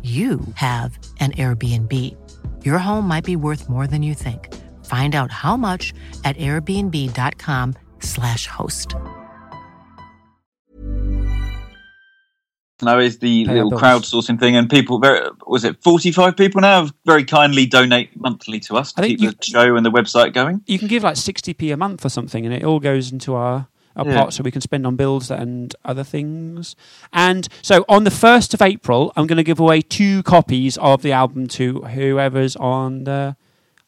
[SPEAKER 4] you have an Airbnb. Your home might be worth more than you think. Find out how much at airbnb.com/slash host.
[SPEAKER 2] now is the
[SPEAKER 1] Pay our
[SPEAKER 2] little
[SPEAKER 1] bills.
[SPEAKER 2] crowdsourcing thing, and people very was it forty five people now have very kindly donate monthly to us to
[SPEAKER 1] I think
[SPEAKER 2] keep
[SPEAKER 1] you-
[SPEAKER 2] the show and the website going.
[SPEAKER 1] you can give like 60p a month or something and it all goes into our, our
[SPEAKER 2] Yeah.
[SPEAKER 1] pot so we can spend on bills and other things and so on the 1st of april i'm going to give away two copies of the album to whoever's on the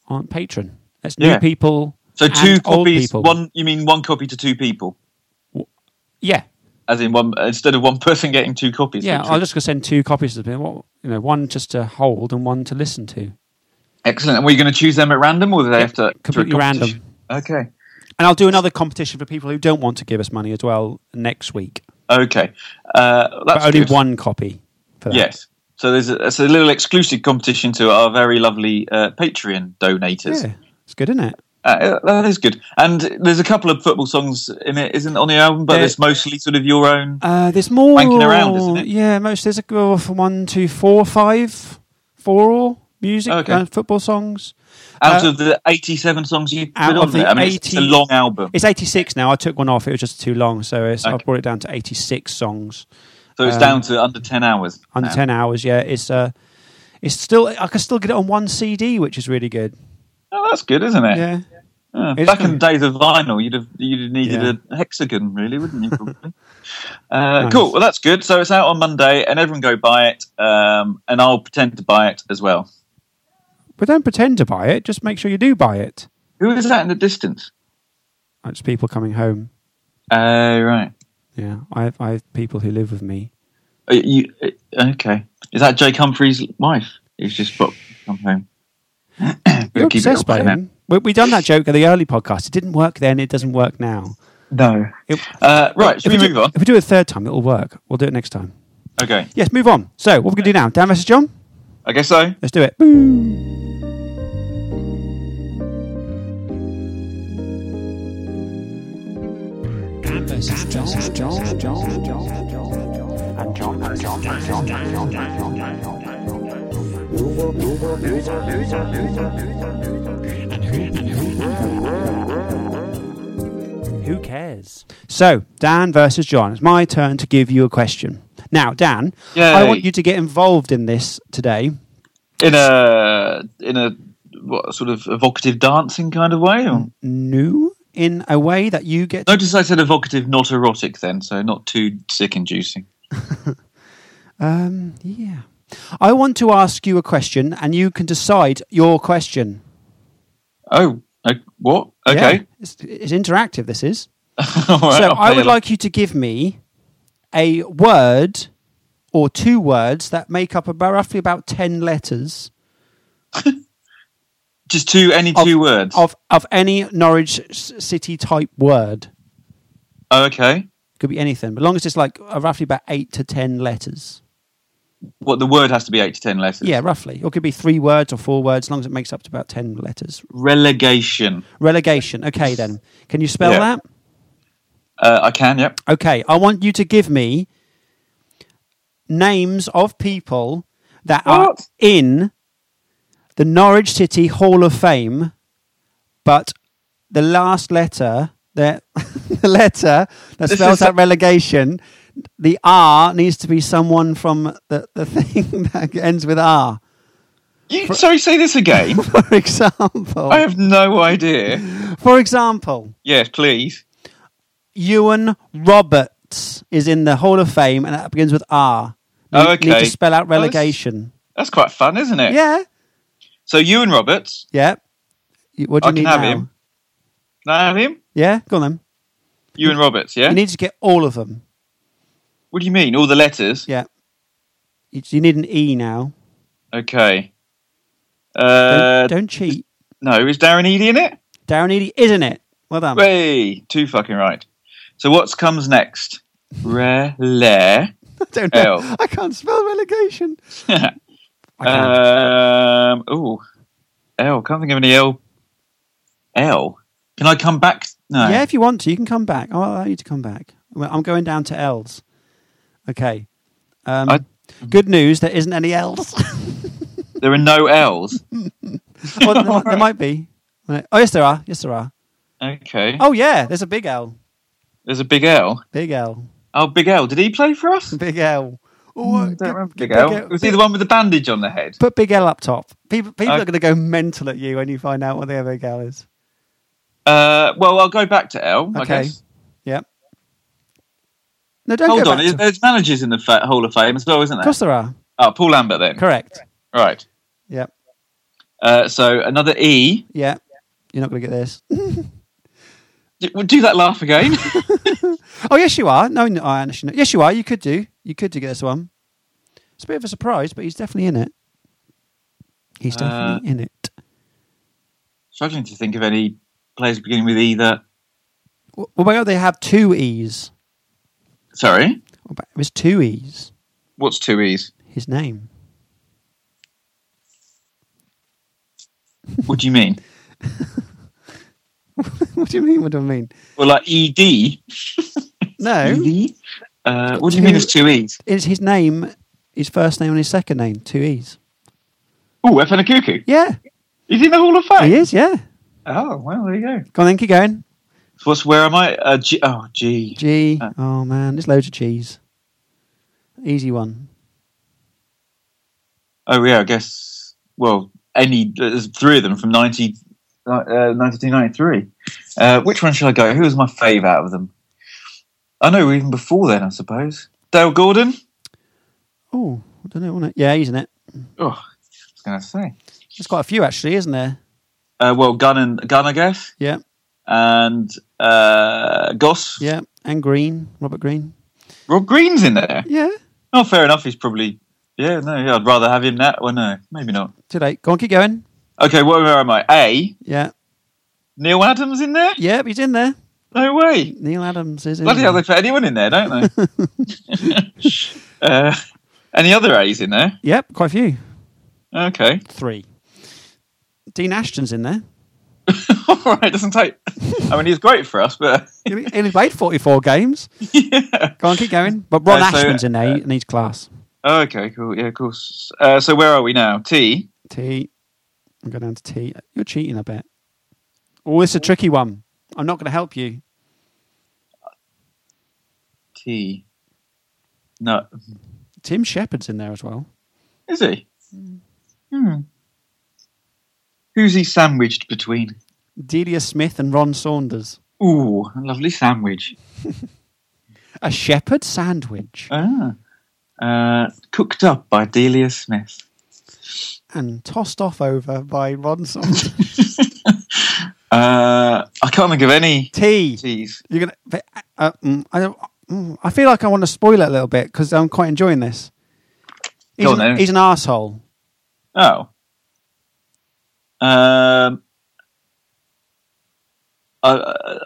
[SPEAKER 1] on patreon That's
[SPEAKER 2] Yeah.
[SPEAKER 1] new people.
[SPEAKER 2] So
[SPEAKER 1] and
[SPEAKER 2] two
[SPEAKER 1] old
[SPEAKER 2] copies.
[SPEAKER 1] people.
[SPEAKER 2] One. You mean one copy to two people,
[SPEAKER 1] Yeah,
[SPEAKER 2] as in one instead of one person getting two copies.
[SPEAKER 1] yeah.
[SPEAKER 2] Which-
[SPEAKER 1] I'm just gonna send two copies to them. What you know, one just to hold and one to listen to.
[SPEAKER 2] Excellent. And were you going to choose them at random, or do they have to
[SPEAKER 1] completely
[SPEAKER 2] to a
[SPEAKER 1] random.
[SPEAKER 2] competition? Okay.
[SPEAKER 1] And I'll do another competition for people who don't want to give us money as well next week.
[SPEAKER 2] Okay. Uh, that's
[SPEAKER 1] But only
[SPEAKER 2] good.
[SPEAKER 1] one copy for that.
[SPEAKER 2] Yes. So there's a, it's a little exclusive competition to our very lovely uh, Patreon donators.
[SPEAKER 1] Yeah, it's good, isn't it?
[SPEAKER 2] Uh, that is good. And there's a couple of football songs in it, isn't it, on the album? But
[SPEAKER 1] There-
[SPEAKER 2] it's mostly sort of your own.
[SPEAKER 1] Uh, there's more.
[SPEAKER 2] Wanking around, isn't it?
[SPEAKER 1] Yeah, most. There's a go for one, two, four, five, four all music,
[SPEAKER 2] Okay.
[SPEAKER 1] uh, football songs.
[SPEAKER 2] out
[SPEAKER 1] uh,
[SPEAKER 2] of the 87 songs you've
[SPEAKER 1] Out
[SPEAKER 2] put on
[SPEAKER 1] of the
[SPEAKER 2] there, I mean, it's- it's a
[SPEAKER 1] 80
[SPEAKER 2] long album.
[SPEAKER 1] It's 86 now. I took one off. It was just too long, so it's, I
[SPEAKER 2] Okay.
[SPEAKER 1] brought it down to 86 songs
[SPEAKER 2] So it's down to under 10 hours.
[SPEAKER 1] uh, under
[SPEAKER 2] now.
[SPEAKER 1] 10 hours. Yeah, it's uh, it's still. I can still get it on one CD, which is really good.
[SPEAKER 2] Oh, that's good, isn't it?
[SPEAKER 1] Yeah.
[SPEAKER 2] Yeah.
[SPEAKER 1] It's
[SPEAKER 2] Back in the
[SPEAKER 1] good.
[SPEAKER 2] days of vinyl, you'd have you'd have needed
[SPEAKER 1] Yeah.
[SPEAKER 2] a hexagon, really, wouldn't you? Probably. uh, Cool. Well, that's good. So it's out on Monday, and everyone go buy it, um, and I'll pretend to buy it as well.
[SPEAKER 1] But don't pretend to buy it. Just make sure you do buy it.
[SPEAKER 2] Who is that in the distance?
[SPEAKER 1] It's people coming home.
[SPEAKER 2] Uh, right.
[SPEAKER 1] Yeah, I have, I have people who live with me.
[SPEAKER 2] Uh, you, uh, okay. Is that Jake Humphrey's wife? Who's just brought come home. Gotta
[SPEAKER 1] You're
[SPEAKER 2] keep it
[SPEAKER 1] obsessed by
[SPEAKER 2] all in
[SPEAKER 1] him. We, we done that joke at the early podcast. It didn't work then. It doesn't work now.
[SPEAKER 2] there. No.
[SPEAKER 1] It-
[SPEAKER 2] Uh, right. Should we
[SPEAKER 1] if
[SPEAKER 2] move
[SPEAKER 1] do,
[SPEAKER 2] on?
[SPEAKER 1] If we do it a third time, it'll work. We'll do it next time.
[SPEAKER 2] Okay.
[SPEAKER 1] Yes, move on. So, what we're going to do now? Dan versus John?
[SPEAKER 2] I guess so.
[SPEAKER 1] Let's do it. Who cares? So, Dan versus John, it's my turn to give you a question. Now, Dan, I
[SPEAKER 2] Yay.
[SPEAKER 1] want you to get involved in this today.
[SPEAKER 2] In a in a what sort of evocative dancing kind of way?
[SPEAKER 1] Mm.
[SPEAKER 2] Or?
[SPEAKER 1] New in a way that you get.
[SPEAKER 2] Notice I said evocative, not erotic. Then, so not too sick inducing.
[SPEAKER 1] Um, yeah. I want to ask you a question and you can decide your question.
[SPEAKER 2] Oh, uh, what? Okay.
[SPEAKER 1] Yeah. It's, it's interactive, this is.
[SPEAKER 2] All right,
[SPEAKER 1] so
[SPEAKER 2] I'll
[SPEAKER 1] I
[SPEAKER 2] play
[SPEAKER 1] would
[SPEAKER 2] along.
[SPEAKER 1] like you to give me a word or two words that make up about roughly about 10 letters
[SPEAKER 2] just two any two words.
[SPEAKER 1] of, of any Norwich s- City type word.
[SPEAKER 2] Oh, okay.
[SPEAKER 1] Could be anything, but as long as it's like uh, roughly about eight to 10 letters.
[SPEAKER 2] What the word has to be eight to ten letters.
[SPEAKER 1] Yeah, roughly. Or it could be three words or four words, as long as it makes up to about 10 letters.
[SPEAKER 2] Relegation.
[SPEAKER 1] Relegation. Okay, then. Can you spell
[SPEAKER 2] Yeah.
[SPEAKER 1] that?
[SPEAKER 2] Uh, I can. Yep.
[SPEAKER 1] Okay, I want you to give me names of people that are
[SPEAKER 2] What?
[SPEAKER 1] in the Norwich City Hall of Fame, but the last letter, the, the letter that
[SPEAKER 2] This
[SPEAKER 1] spells
[SPEAKER 2] is-
[SPEAKER 1] out relegation, the R needs to be someone from the, the thing that ends with R.
[SPEAKER 2] You, sorry, say this again.
[SPEAKER 1] For example,
[SPEAKER 2] I have no idea.
[SPEAKER 1] for example,
[SPEAKER 2] Yes, please.
[SPEAKER 1] Ewan Roberts is in the Hall of Fame, and that begins with R. You
[SPEAKER 2] Oh,
[SPEAKER 1] Need
[SPEAKER 2] okay.
[SPEAKER 1] to spell out
[SPEAKER 2] Oh, that's-
[SPEAKER 1] relegation.
[SPEAKER 2] That's quite fun, isn't it?
[SPEAKER 1] yeah,
[SPEAKER 2] So you and Roberts.
[SPEAKER 1] yeah. You- What do
[SPEAKER 2] I
[SPEAKER 1] you
[SPEAKER 2] can
[SPEAKER 1] need
[SPEAKER 2] have
[SPEAKER 1] now?
[SPEAKER 2] him. Can I have him?
[SPEAKER 1] Yeah, go on then.
[SPEAKER 2] You and Roberts. Yeah.
[SPEAKER 1] You need to get all of them.
[SPEAKER 2] what do you mean? All the letters.
[SPEAKER 1] Yeah. You, you need an E now.
[SPEAKER 2] Okay.
[SPEAKER 1] Don't,
[SPEAKER 2] Uh,
[SPEAKER 1] don't Um. cheat.
[SPEAKER 2] no, is Darren Eady in it?
[SPEAKER 1] Darren Eady, isn't it? Well done.
[SPEAKER 2] Way too fucking right. So what's comes next? Rele.
[SPEAKER 1] I don't know.
[SPEAKER 2] L.
[SPEAKER 1] I can't spell relegation. I can't.
[SPEAKER 2] um. Oh, L. Can't think of any L. L. Can I come back? No.
[SPEAKER 1] yeah, if you want to, you can come back. I'll allow you to come back. Well, I'm going down to L's. Okay. Um,
[SPEAKER 2] I-
[SPEAKER 1] good news, there isn't any L's.
[SPEAKER 2] There are no L's.
[SPEAKER 1] Well, there, might- there might be. Right. Oh, yes, there are. Yes, there are.
[SPEAKER 2] Okay.
[SPEAKER 1] Oh, yeah, there's a big L.
[SPEAKER 2] There's a big L.
[SPEAKER 1] Big L.
[SPEAKER 2] Oh, big L. Did he play for us?
[SPEAKER 1] Big L. Oh,
[SPEAKER 2] I Hmm, don't remember big
[SPEAKER 1] big
[SPEAKER 2] L.
[SPEAKER 1] L.
[SPEAKER 2] Was he the one Uh, with the bandage on the head?
[SPEAKER 1] Put Big L up top. People, people
[SPEAKER 2] Okay.
[SPEAKER 1] are going to go mental at you when you find out what the Big L is.
[SPEAKER 2] Uh. Well, I'll go back to L. I
[SPEAKER 1] Okay.
[SPEAKER 2] guess.
[SPEAKER 1] Yep. No, don't
[SPEAKER 2] Hold
[SPEAKER 1] go
[SPEAKER 2] on.
[SPEAKER 1] back
[SPEAKER 2] is-
[SPEAKER 1] to-
[SPEAKER 2] There's managers in the fa- Hall of Fame as well, isn't
[SPEAKER 1] Of
[SPEAKER 2] there?
[SPEAKER 1] course there are.
[SPEAKER 2] Oh, Paul Lambert then.
[SPEAKER 1] Correct.
[SPEAKER 2] Right.
[SPEAKER 1] Yep.
[SPEAKER 2] Uh, so another E.
[SPEAKER 1] Yeah. You're not going to get this.
[SPEAKER 2] D- well, Do that laugh again.
[SPEAKER 1] Oh yes, you are. No, no, I actually no. Yes, you are. You could do. You could do get this one. It's a bit of a surprise, but he's definitely in it. He's
[SPEAKER 2] Uh.
[SPEAKER 1] definitely in it.
[SPEAKER 2] Struggling to think of any players beginning with E that.
[SPEAKER 1] Well, well, they have two E's.
[SPEAKER 2] Sorry,
[SPEAKER 1] What about- It was two E's.
[SPEAKER 2] what's two E's?
[SPEAKER 1] His name.
[SPEAKER 2] What do you mean?
[SPEAKER 1] what do you mean? What do I mean?
[SPEAKER 2] Well, like E, ED.
[SPEAKER 1] No,
[SPEAKER 2] ED? Uh, what do you mean? There's two E's.
[SPEAKER 1] it's his name, his first name and his second name, two E's.
[SPEAKER 2] Oh, Efenakuku.
[SPEAKER 1] Yeah,
[SPEAKER 2] He's in the Hall of Fame.
[SPEAKER 1] he is. Yeah.
[SPEAKER 2] Oh, well, there you go.
[SPEAKER 1] Go on, then keep going.
[SPEAKER 2] So what's where am I? Uh, G- oh, G.
[SPEAKER 1] G. Oh man, there's loads of G's. Easy one.
[SPEAKER 2] Oh yeah, I guess. Well, any there's three of them from 90, uh, 1993. Uh, which one should I go? Who was my fave out of them? I know even before then, I suppose. Dale Gordon.
[SPEAKER 1] Oh, I don't know. Wanna... Yeah, he's in it.
[SPEAKER 2] Oh, I was going to say.
[SPEAKER 1] There's quite a few actually, isn't there?
[SPEAKER 2] Uh, well, Gun and Gun, I guess,
[SPEAKER 1] Yeah,
[SPEAKER 2] and uh, Goss.
[SPEAKER 1] yeah. And Green, Robert Green.
[SPEAKER 2] Rob Green's in there.
[SPEAKER 1] Yeah.
[SPEAKER 2] Oh, fair enough. He's probably. Yeah, no, yeah, I'd rather have him that. Well, no, maybe not.
[SPEAKER 1] Too late. Go on, keep going.
[SPEAKER 2] Okay, where where am I? A.
[SPEAKER 1] Yeah.
[SPEAKER 2] Neil Adams in there?
[SPEAKER 1] Yep, he's in there.
[SPEAKER 2] No way.
[SPEAKER 1] Neil Adams is in
[SPEAKER 2] Bloody
[SPEAKER 1] there.
[SPEAKER 2] hell, they put anyone in there, don't they? uh, any other A's in there?
[SPEAKER 1] Yep, quite a few.
[SPEAKER 2] Okay.
[SPEAKER 1] Three. Dean Ashton's in there.
[SPEAKER 2] All right, doesn't take. I mean, he's great for us, but
[SPEAKER 1] He only played 44 games. Go on, keep going. But Ron
[SPEAKER 2] Uh, so,
[SPEAKER 1] Ashman's in there, and he's class.
[SPEAKER 2] oh, okay, cool. Yeah, of course. Uh, so where are we now? T.
[SPEAKER 1] T. I'm going down to T. You're cheating, I bet. Oh, this is a tricky one. I'm not going to help you.
[SPEAKER 2] T. No,
[SPEAKER 1] Tim Shepard's in there as well.
[SPEAKER 2] is he? Hmm. Who's he sandwiched between?
[SPEAKER 1] Delia Smith and Ron Saunders.
[SPEAKER 2] Ooh, a lovely sandwich.
[SPEAKER 1] A shepherd sandwich.
[SPEAKER 2] Ah. Uh, cooked up by Delia Smith.
[SPEAKER 1] And tossed off over by Ron Saunders.
[SPEAKER 2] Uh, I can't think of any
[SPEAKER 1] T.
[SPEAKER 2] T's.
[SPEAKER 1] You're gonna. but, Uh, mm, I don't. mm, I feel like I want to spoil it a little bit because I'm quite enjoying this. He's
[SPEAKER 2] Go on
[SPEAKER 1] an,
[SPEAKER 2] then.
[SPEAKER 1] he's an asshole.
[SPEAKER 2] Oh. Um. Uh, uh,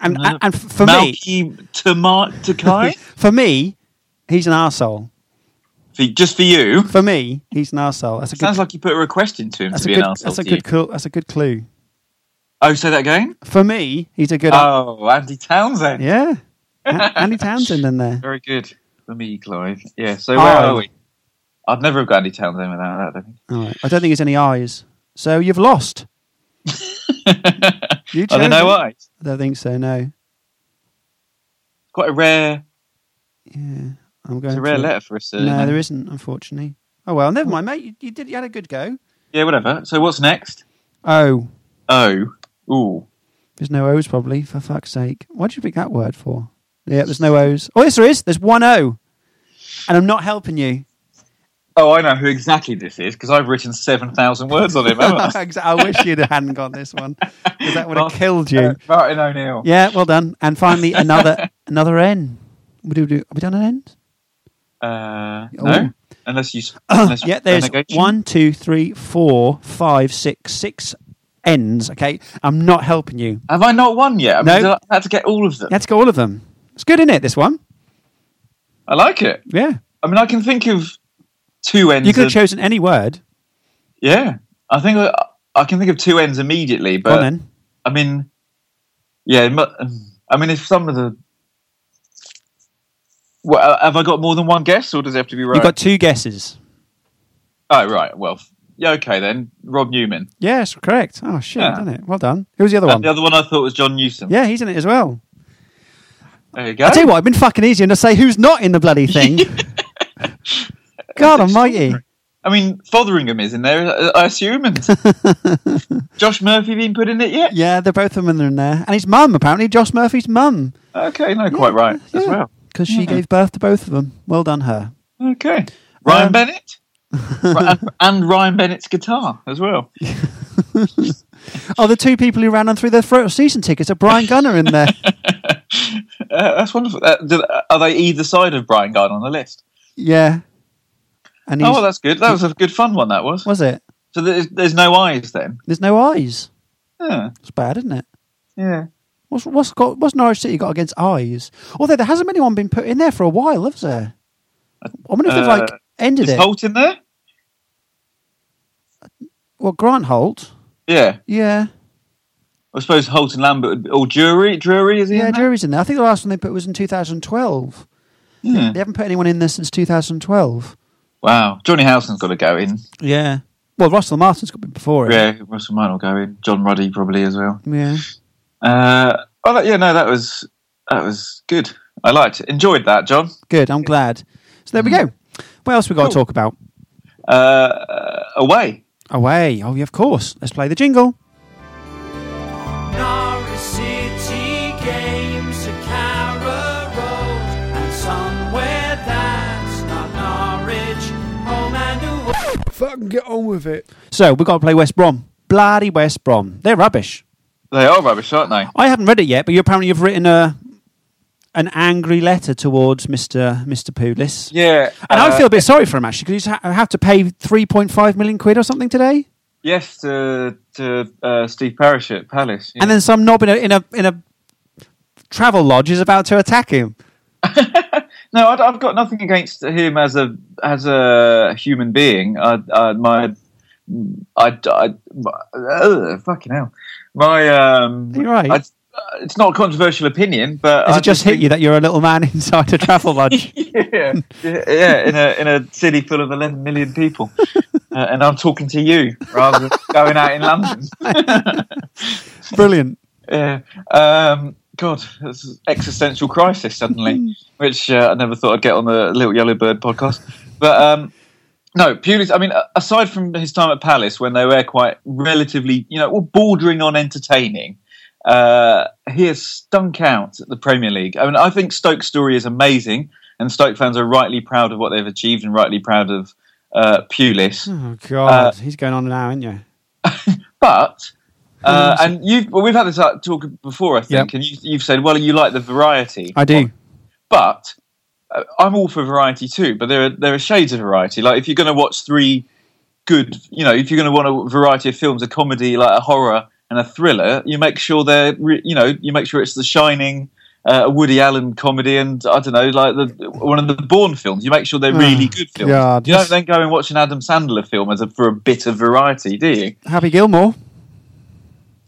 [SPEAKER 1] And-
[SPEAKER 2] uh,
[SPEAKER 1] and f- for me-
[SPEAKER 2] Malky Tama- Takai?
[SPEAKER 1] For me, he's an asshole.
[SPEAKER 2] for, just for you.
[SPEAKER 1] For me, he's an asshole. That's a good.
[SPEAKER 2] Sounds like you put a request into him
[SPEAKER 1] that's
[SPEAKER 2] to
[SPEAKER 1] a
[SPEAKER 2] be
[SPEAKER 1] good.
[SPEAKER 2] an arsehole
[SPEAKER 1] That's a
[SPEAKER 2] to
[SPEAKER 1] good. Cl- that's a good clue.
[SPEAKER 2] you. Oh, say that again?
[SPEAKER 1] For me, he's a good.
[SPEAKER 2] Oh, Andy Townsend.
[SPEAKER 1] yeah. A- Andy Townsend in there.
[SPEAKER 2] Very good for me, Clive. Yeah, so where
[SPEAKER 1] Oh.
[SPEAKER 2] are we? I'd never have got Andy Townsend without that, I don't think.
[SPEAKER 1] All right. I don't think there's any eyes. So you've lost. you
[SPEAKER 2] Are there
[SPEAKER 1] chose
[SPEAKER 2] Oh, no
[SPEAKER 1] it.
[SPEAKER 2] eyes?
[SPEAKER 1] I don't think so. No.
[SPEAKER 2] Quite a rare,
[SPEAKER 1] I'm going.
[SPEAKER 2] it's a rare
[SPEAKER 1] to-
[SPEAKER 2] letter for us. uh,
[SPEAKER 1] No, there isn't. Unfortunately. Oh well, never mind, mate. You, you did. You had a good go.
[SPEAKER 2] Yeah, whatever. So what's next?
[SPEAKER 1] Oh.
[SPEAKER 2] Oh. Ooh.
[SPEAKER 1] There's no O's probably, for fuck's sake. Why did you pick that word for? Yeah, there's no O's. Oh, yes, there is. There's one O. And I'm not helping you.
[SPEAKER 2] Oh, I know who exactly this is because I've written 7,000 words on him, haven't I?
[SPEAKER 1] Exa- I wish you hadn't got this one. 'cause that would have
[SPEAKER 2] Martin-
[SPEAKER 1] killed
[SPEAKER 2] Uh,
[SPEAKER 1] you.
[SPEAKER 2] Martin O'Neill.
[SPEAKER 1] Yeah, well done. And finally, another another N. What do we do? Have we done an N?
[SPEAKER 2] Uh,
[SPEAKER 1] Oh.
[SPEAKER 2] no? Unless you. s- Unless
[SPEAKER 1] Yeah, there's
[SPEAKER 2] Renegation.
[SPEAKER 1] one, two, three, four, five, six, six N's. Okay, I'm not helping you.
[SPEAKER 2] Have I not won yet? I,
[SPEAKER 1] No.
[SPEAKER 2] mean, did I I had to get all of them.
[SPEAKER 1] Let's go all of them. It's good, isn't it, this one?
[SPEAKER 2] I like it.
[SPEAKER 1] Yeah.
[SPEAKER 2] I mean, I can think of two ends.
[SPEAKER 1] You could have
[SPEAKER 2] of-
[SPEAKER 1] chosen any word.
[SPEAKER 2] Yeah. I think I, I can think of two ends immediately,
[SPEAKER 1] Go on
[SPEAKER 2] but
[SPEAKER 1] then.
[SPEAKER 2] I mean, yeah. it mu- I mean, if some of the. Well, uh, have I got more than one guess, or does it have to be right?
[SPEAKER 1] You've got two guesses.
[SPEAKER 2] oh, right. Well, yeah. Okay then. Rob Newman.
[SPEAKER 1] Yes, correct. Oh shit,
[SPEAKER 2] Yeah.
[SPEAKER 1] done it. Well done. Who's the other one?
[SPEAKER 2] And the other one I thought was John Newsom.
[SPEAKER 1] yeah, he's in it as well.
[SPEAKER 2] There you go.
[SPEAKER 1] I tell you what, I've been fucking easy and to say who's not in the bloody thing. God Almighty!
[SPEAKER 2] I mean, Fotheringham is in there, I- I assume. And Josh Murphy been put in it yet?
[SPEAKER 1] Yeah, they're both of them are in there, and his mum apparently Josh Murphy's mum
[SPEAKER 2] Okay, no, quite right as well.
[SPEAKER 1] because she gave birth to both of them. Well done, her.
[SPEAKER 2] Okay, Ryan
[SPEAKER 1] Um,
[SPEAKER 2] Bennett Ri- and, and Ryan Bennett's guitar as well.
[SPEAKER 1] Oh, the two people who ran on through their throat of season tickets are Brian Gunner in there.
[SPEAKER 2] Uh, that's wonderful. Uh, do, are they either side of Brian Garden on the list?
[SPEAKER 1] Yeah. And he's,
[SPEAKER 2] Oh, well, that's good. That was a good fun one. That was.
[SPEAKER 1] was it?
[SPEAKER 2] So there's, there's no eyes then.
[SPEAKER 1] There's no eyes.
[SPEAKER 2] Yeah.
[SPEAKER 1] It's bad, isn't it?
[SPEAKER 2] Yeah.
[SPEAKER 1] What's what's got what's Norwich City got against eyes? Although there hasn't been anyone been put in there for a while, has there? I wonder if they've like
[SPEAKER 2] Uh,
[SPEAKER 1] ended
[SPEAKER 2] Is
[SPEAKER 1] it.
[SPEAKER 2] Holt in there?
[SPEAKER 1] well, Grant Holt.
[SPEAKER 2] Yeah.
[SPEAKER 1] Yeah.
[SPEAKER 2] I suppose Holt and Lambert would be, or Drury. Drury is he?
[SPEAKER 1] Yeah,
[SPEAKER 2] in there?
[SPEAKER 1] Drury's in there. I think the last one they put was in 2012.
[SPEAKER 2] Yeah.
[SPEAKER 1] They haven't put anyone in there since 2012.
[SPEAKER 2] Wow. Johnny Howson's got to go in.
[SPEAKER 1] Yeah. Well, Russell Martin's got been before it.
[SPEAKER 2] Yeah. Russell Mine will go in. John Ruddy probably as well.
[SPEAKER 1] Yeah.
[SPEAKER 2] Uh, oh, that, yeah. No, that was that was good. I liked it. Enjoyed that, John.
[SPEAKER 1] Good. I'm glad. So there we go. What else we got to talk about?
[SPEAKER 2] Uh, away.
[SPEAKER 1] Away. Oh, yeah, of course. Let's play the jingle.
[SPEAKER 3] Norwich City games at Carrow Road, and somewhere that's not Norwich, home and away.
[SPEAKER 5] Fucking get on with it.
[SPEAKER 1] So we've got to play West Brom. Bloody West Brom. They're rubbish.
[SPEAKER 2] They are rubbish, aren't they?
[SPEAKER 1] I haven't read it yet, but you apparently have written a an angry letter towards Mister Mister Poulis.
[SPEAKER 2] Yeah.
[SPEAKER 1] And
[SPEAKER 2] uh,
[SPEAKER 1] I feel a bit sorry for him actually because he's ha- have to pay three point five million quid or something today,
[SPEAKER 2] yes to to uh, Steve Parish at Palace. yeah.
[SPEAKER 1] and then some knob in a in a in a travel lodge is about to attack him.
[SPEAKER 2] No, I, have got nothing against him as a as a human being. I, I my I, I my, ugh, fucking hell. My um,
[SPEAKER 1] You're right.
[SPEAKER 2] I- it's not a controversial opinion, but
[SPEAKER 1] Has
[SPEAKER 2] I
[SPEAKER 1] it just hit you that you're a little man inside a travel lodge?
[SPEAKER 2] yeah, yeah, yeah, in a in a city full of eleven million people, uh, and I'm talking to you rather than going out in London.
[SPEAKER 1] Brilliant.
[SPEAKER 2] Yeah. Um, God, this is existential crisis suddenly, which uh, I never thought I'd get on the Little Yellow Bird podcast. But um, no, Pulis. I mean, a- aside from his time at Palace, when they were quite relatively, you know, well, bordering on entertaining, uh, he has stunk out at the Premier League. I mean, I think Stoke's story is amazing, and Stoke fans are rightly proud of what they've achieved and rightly proud of uh, Pulis.
[SPEAKER 1] Oh God, he's going on now, isn't you?
[SPEAKER 2] But
[SPEAKER 1] Mm,
[SPEAKER 2] uh, and you, well, we've had this uh, talk before, I think,
[SPEAKER 1] Yep.
[SPEAKER 2] and you, you've said, well, you like the variety,
[SPEAKER 1] I do.
[SPEAKER 2] but uh, I'm all for variety too. But there are there are shades of variety. Like if you're going to watch three good, you know, if you're going to want a variety of films, a comedy, like a horror and a thriller, you make sure they're, re- you know, you make sure it's The Shining. Uh, a Woody Allen comedy, and I don't know, like the one of the Bourne films. You make sure they're really
[SPEAKER 1] Mm.
[SPEAKER 2] good films.
[SPEAKER 1] God,
[SPEAKER 2] you don't
[SPEAKER 1] this-
[SPEAKER 2] then go and watch an Adam Sandler film as a, for a bit of variety, do you?
[SPEAKER 1] Happy Gilmore.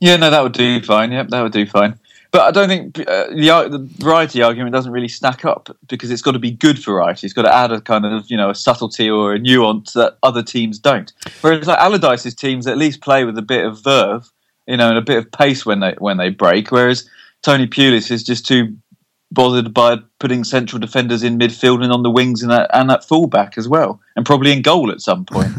[SPEAKER 2] Yeah, no, that would do fine. Yep, that would do fine. But I don't think uh, the, ar- the variety argument doesn't really stack up because it's got to be good variety. It's got to add a kind of you know a subtlety or a nuance that other teams don't. Whereas like Allardyce's teams at least play with a bit of verve, you know, and a bit of pace when they when they break. Whereas Tony Pulis is just too bothered by putting central defenders in midfield and on the wings and at, and at fullback as well, and probably in goal at some point.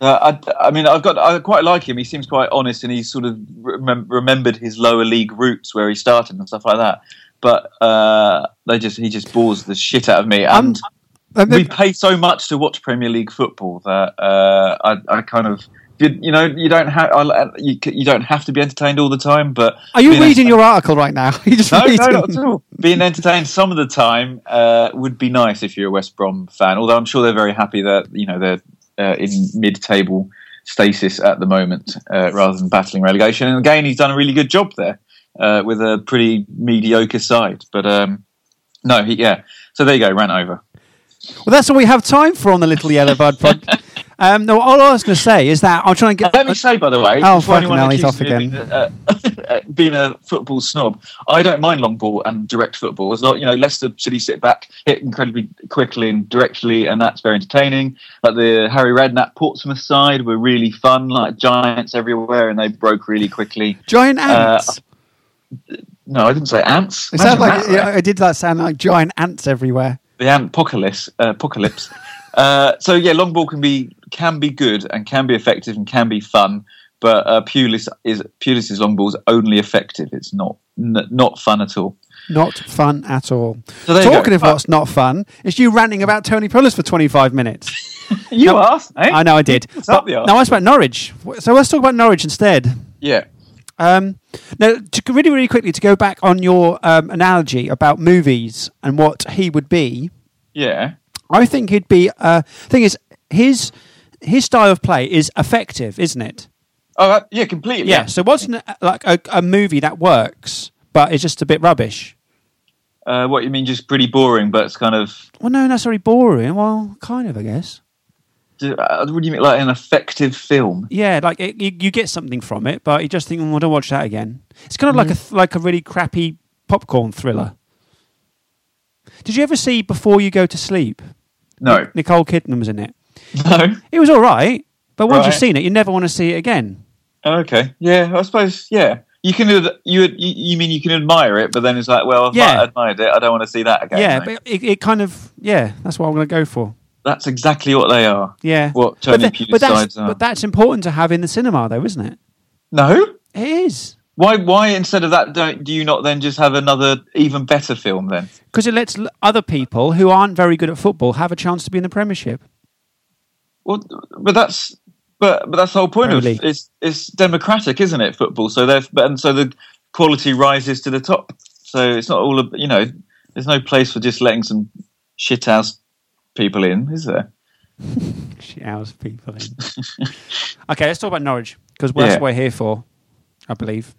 [SPEAKER 2] Uh, I, I mean, I've got. I quite like him. He seems quite honest, and he's sort of remem- remembered his lower league roots where he started and stuff like that. But uh, they just he just bores the shit out of me. And
[SPEAKER 1] Um,
[SPEAKER 2] we pay so much to watch Premier League football that uh, I, I kind of you, you know you don't have I, you, c- you don't have to be entertained all the time. But
[SPEAKER 1] Are you
[SPEAKER 2] being
[SPEAKER 1] reading your article right now? you just
[SPEAKER 2] no,
[SPEAKER 1] reading-
[SPEAKER 2] no, not at all. Being entertained some of the time uh, would be nice if you're a West Brom fan. Although I'm sure they're very happy that you know they're uh, in mid-table stasis at the moment, uh, rather than battling relegation. And again, he's done a really good job there uh, with a pretty mediocre side. But um, no, he, yeah. So there you go, ran over.
[SPEAKER 1] Well, that's all we have time for on the Little Yellow Bud Pod. Um, no, all I was going to say is that I'm trying to get.
[SPEAKER 2] Let me say, by the way,
[SPEAKER 1] Oh,
[SPEAKER 2] before
[SPEAKER 1] fucking
[SPEAKER 2] anyone
[SPEAKER 1] hell, he's
[SPEAKER 2] accuses
[SPEAKER 1] off
[SPEAKER 2] me of Being a, uh, being a football snob, I don't mind long ball and direct football. As not, you know, Leicester City sit back, hit incredibly quickly and directly, and that's very entertaining. Like the Harry Redknapp Portsmouth side were really fun, like giants everywhere, and they broke really quickly.
[SPEAKER 1] Giant ants.
[SPEAKER 2] No, I didn't say ants.
[SPEAKER 1] it sounds
[SPEAKER 2] Uh, Imagine
[SPEAKER 1] like
[SPEAKER 2] that.
[SPEAKER 1] yeah, it did that sound like giant ants everywhere.
[SPEAKER 2] the apocalypse. Uh, apocalypse. uh, so yeah, long ball can be can be good and can be effective and can be fun, But uh, Pulis is Pulis's long ball is only effective. It's not n- not fun at all.
[SPEAKER 1] Not fun at all.
[SPEAKER 2] So there you
[SPEAKER 1] Talking
[SPEAKER 2] go. Uh,
[SPEAKER 1] of what's not fun, it's you ranting about Tony Pulis for 25 minutes.
[SPEAKER 2] You asked, eh?
[SPEAKER 1] I know I did.
[SPEAKER 2] What's up,
[SPEAKER 1] But-
[SPEAKER 2] yeah?
[SPEAKER 1] now I about Norwich. So let's talk about Norwich instead.
[SPEAKER 2] Yeah,
[SPEAKER 1] Um, now, to, really, really quickly, to go back on your um, analogy about movies and what he would be,
[SPEAKER 2] yeah,
[SPEAKER 1] I think he'd be. Uh, thing is, his his style of play is effective, isn't it?
[SPEAKER 2] oh uh, yeah, completely.
[SPEAKER 1] Yeah. So what's an, like a, a movie that works, but it's just a bit rubbish?
[SPEAKER 2] Uh, what you mean, just pretty boring, but it's kind of.
[SPEAKER 1] Well, no, that's very boring. Well, kind of, I guess.
[SPEAKER 2] Uh, what do you mean, like an effective film?
[SPEAKER 1] Yeah, like it, you, you get something from it, but you just think, "Oh, I don't watch that again." It's kind of like a
[SPEAKER 2] Mm.
[SPEAKER 1] th- like a really crappy popcorn thriller. Did you ever see Before You Go to Sleep?
[SPEAKER 2] No,
[SPEAKER 1] Nicole Kidman was in it.
[SPEAKER 2] no.
[SPEAKER 1] It was all right, but once you've
[SPEAKER 2] Right.
[SPEAKER 1] seen it, you never want to see it again.
[SPEAKER 2] Okay, yeah, I suppose. Yeah, you can. ad- You ad- you you mean you can admire it, but then it's like, well, I've
[SPEAKER 1] Yeah.
[SPEAKER 2] admired it. I don't want to see that again.
[SPEAKER 1] yeah,
[SPEAKER 2] mate.
[SPEAKER 1] but it, it kind of yeah, that's what I'm going to go for.
[SPEAKER 2] that's exactly what they are.
[SPEAKER 1] Yeah,
[SPEAKER 2] what
[SPEAKER 1] but,
[SPEAKER 2] Tony
[SPEAKER 1] the-
[SPEAKER 2] Pulis
[SPEAKER 1] but that's
[SPEAKER 2] sides are.
[SPEAKER 1] but that's important to have in the cinema, though, isn't it?
[SPEAKER 2] no,
[SPEAKER 1] It is
[SPEAKER 2] why? Why instead of that, don't do you not then just have another even better film then?
[SPEAKER 1] because it lets l- other people who aren't very good at football have a chance to be in the Premiership.
[SPEAKER 2] Well, but that's but but that's the whole point of
[SPEAKER 1] Premier League.
[SPEAKER 2] it's it's democratic, isn't it? Football, so they're but- and so the quality rises to the top. So it's not all ab- you know. There's no place for just letting some shithouse people in, is there?
[SPEAKER 1] Shit hours people in. okay, let's talk about Norwich because that's
[SPEAKER 2] Yeah.
[SPEAKER 1] what we're here for, I believe.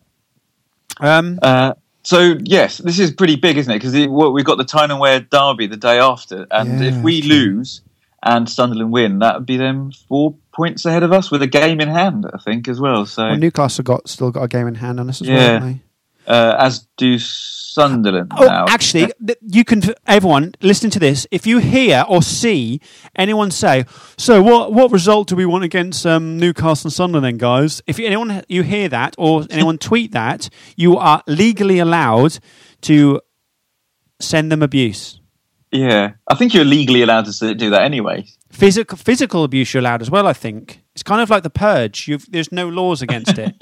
[SPEAKER 1] Um,
[SPEAKER 2] Uh, so yes, this is pretty big, isn't it? Because we've got the Tyne and Wear derby the day after, and
[SPEAKER 1] Yeah,
[SPEAKER 2] if we lose and Sunderland win, that would be them four points ahead of us with a game in hand, I think, as well. So
[SPEAKER 1] well, Newcastle got still got a game in hand on us as well,
[SPEAKER 2] Yeah.
[SPEAKER 1] haven't they?
[SPEAKER 2] uh, as do Sunderland
[SPEAKER 1] Oh,
[SPEAKER 2] now.
[SPEAKER 1] actually, th- you can. Everyone, listen to this. If you hear or see anyone say, "So what? What result do we want against um, Newcastle and Sunderland?" Then, guys, if you- anyone you hear that or anyone tweet that, you are legally allowed to send them abuse.
[SPEAKER 2] yeah, I think you're legally allowed to s- do that anyway.
[SPEAKER 1] Physical physical abuse you're allowed as well. I think it's kind of like the purge. You've, there's no laws against it.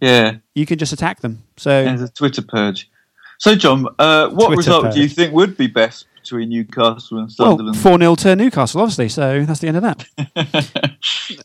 [SPEAKER 2] Yeah,
[SPEAKER 1] you can just attack them. So
[SPEAKER 2] there's a Twitter purge. So John, uh, what
[SPEAKER 1] Twitter
[SPEAKER 2] result
[SPEAKER 1] purge.
[SPEAKER 2] do you think would be best between Newcastle and
[SPEAKER 1] Well,
[SPEAKER 2] Sunderland?
[SPEAKER 1] four 0 to Newcastle, obviously. So that's the end of that.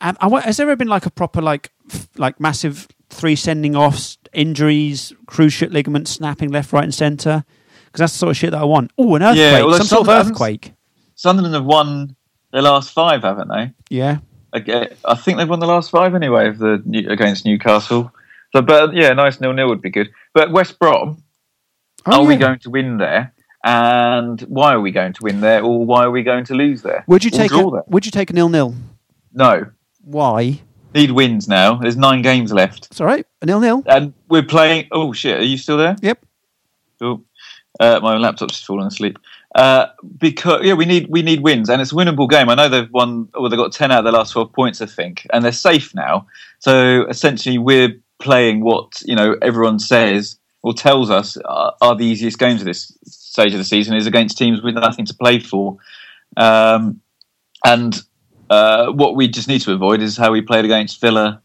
[SPEAKER 1] um, I wa- has there ever been like a proper like f- like massive three sending offs, injuries, cruciate ligaments snapping left, right, and centre? Because that's the sort of shit that I want. Oh, an earthquake,
[SPEAKER 2] Yeah, well,
[SPEAKER 1] some sort of
[SPEAKER 2] Sunderland's-
[SPEAKER 1] earthquake.
[SPEAKER 2] Sunderland have won their last five, haven't they?
[SPEAKER 1] Yeah,
[SPEAKER 2] Aga- I think they've won the last five anyway of the New- against Newcastle. So, but yeah, nice nil nil would be good. But West Brom,
[SPEAKER 1] Oh,
[SPEAKER 2] are we
[SPEAKER 1] yeah.
[SPEAKER 2] going to win there? And why are we going to win there? Or why are we going to lose there?
[SPEAKER 1] Would you
[SPEAKER 2] Or
[SPEAKER 1] take
[SPEAKER 2] draw
[SPEAKER 1] a,
[SPEAKER 2] there?
[SPEAKER 1] Would you take a nil nil?
[SPEAKER 2] No,
[SPEAKER 1] Why?
[SPEAKER 2] need wins now. There's nine games left,
[SPEAKER 1] It's all right. A nil nil.
[SPEAKER 2] and we're playing. Oh shit, are you still there?
[SPEAKER 1] Yep.
[SPEAKER 2] Oh, uh, my laptop's just fallen asleep. Uh, because yeah, we need we need wins, and it's a winnable game. I know they've won, or they've got ten out of their last twelve points, I think, and they're safe now. So essentially, we're playing what you know everyone says or tells us are, are the easiest games of this stage of the season is against teams with nothing to play for, um, and uh, what we just need to avoid is how we played against Villa.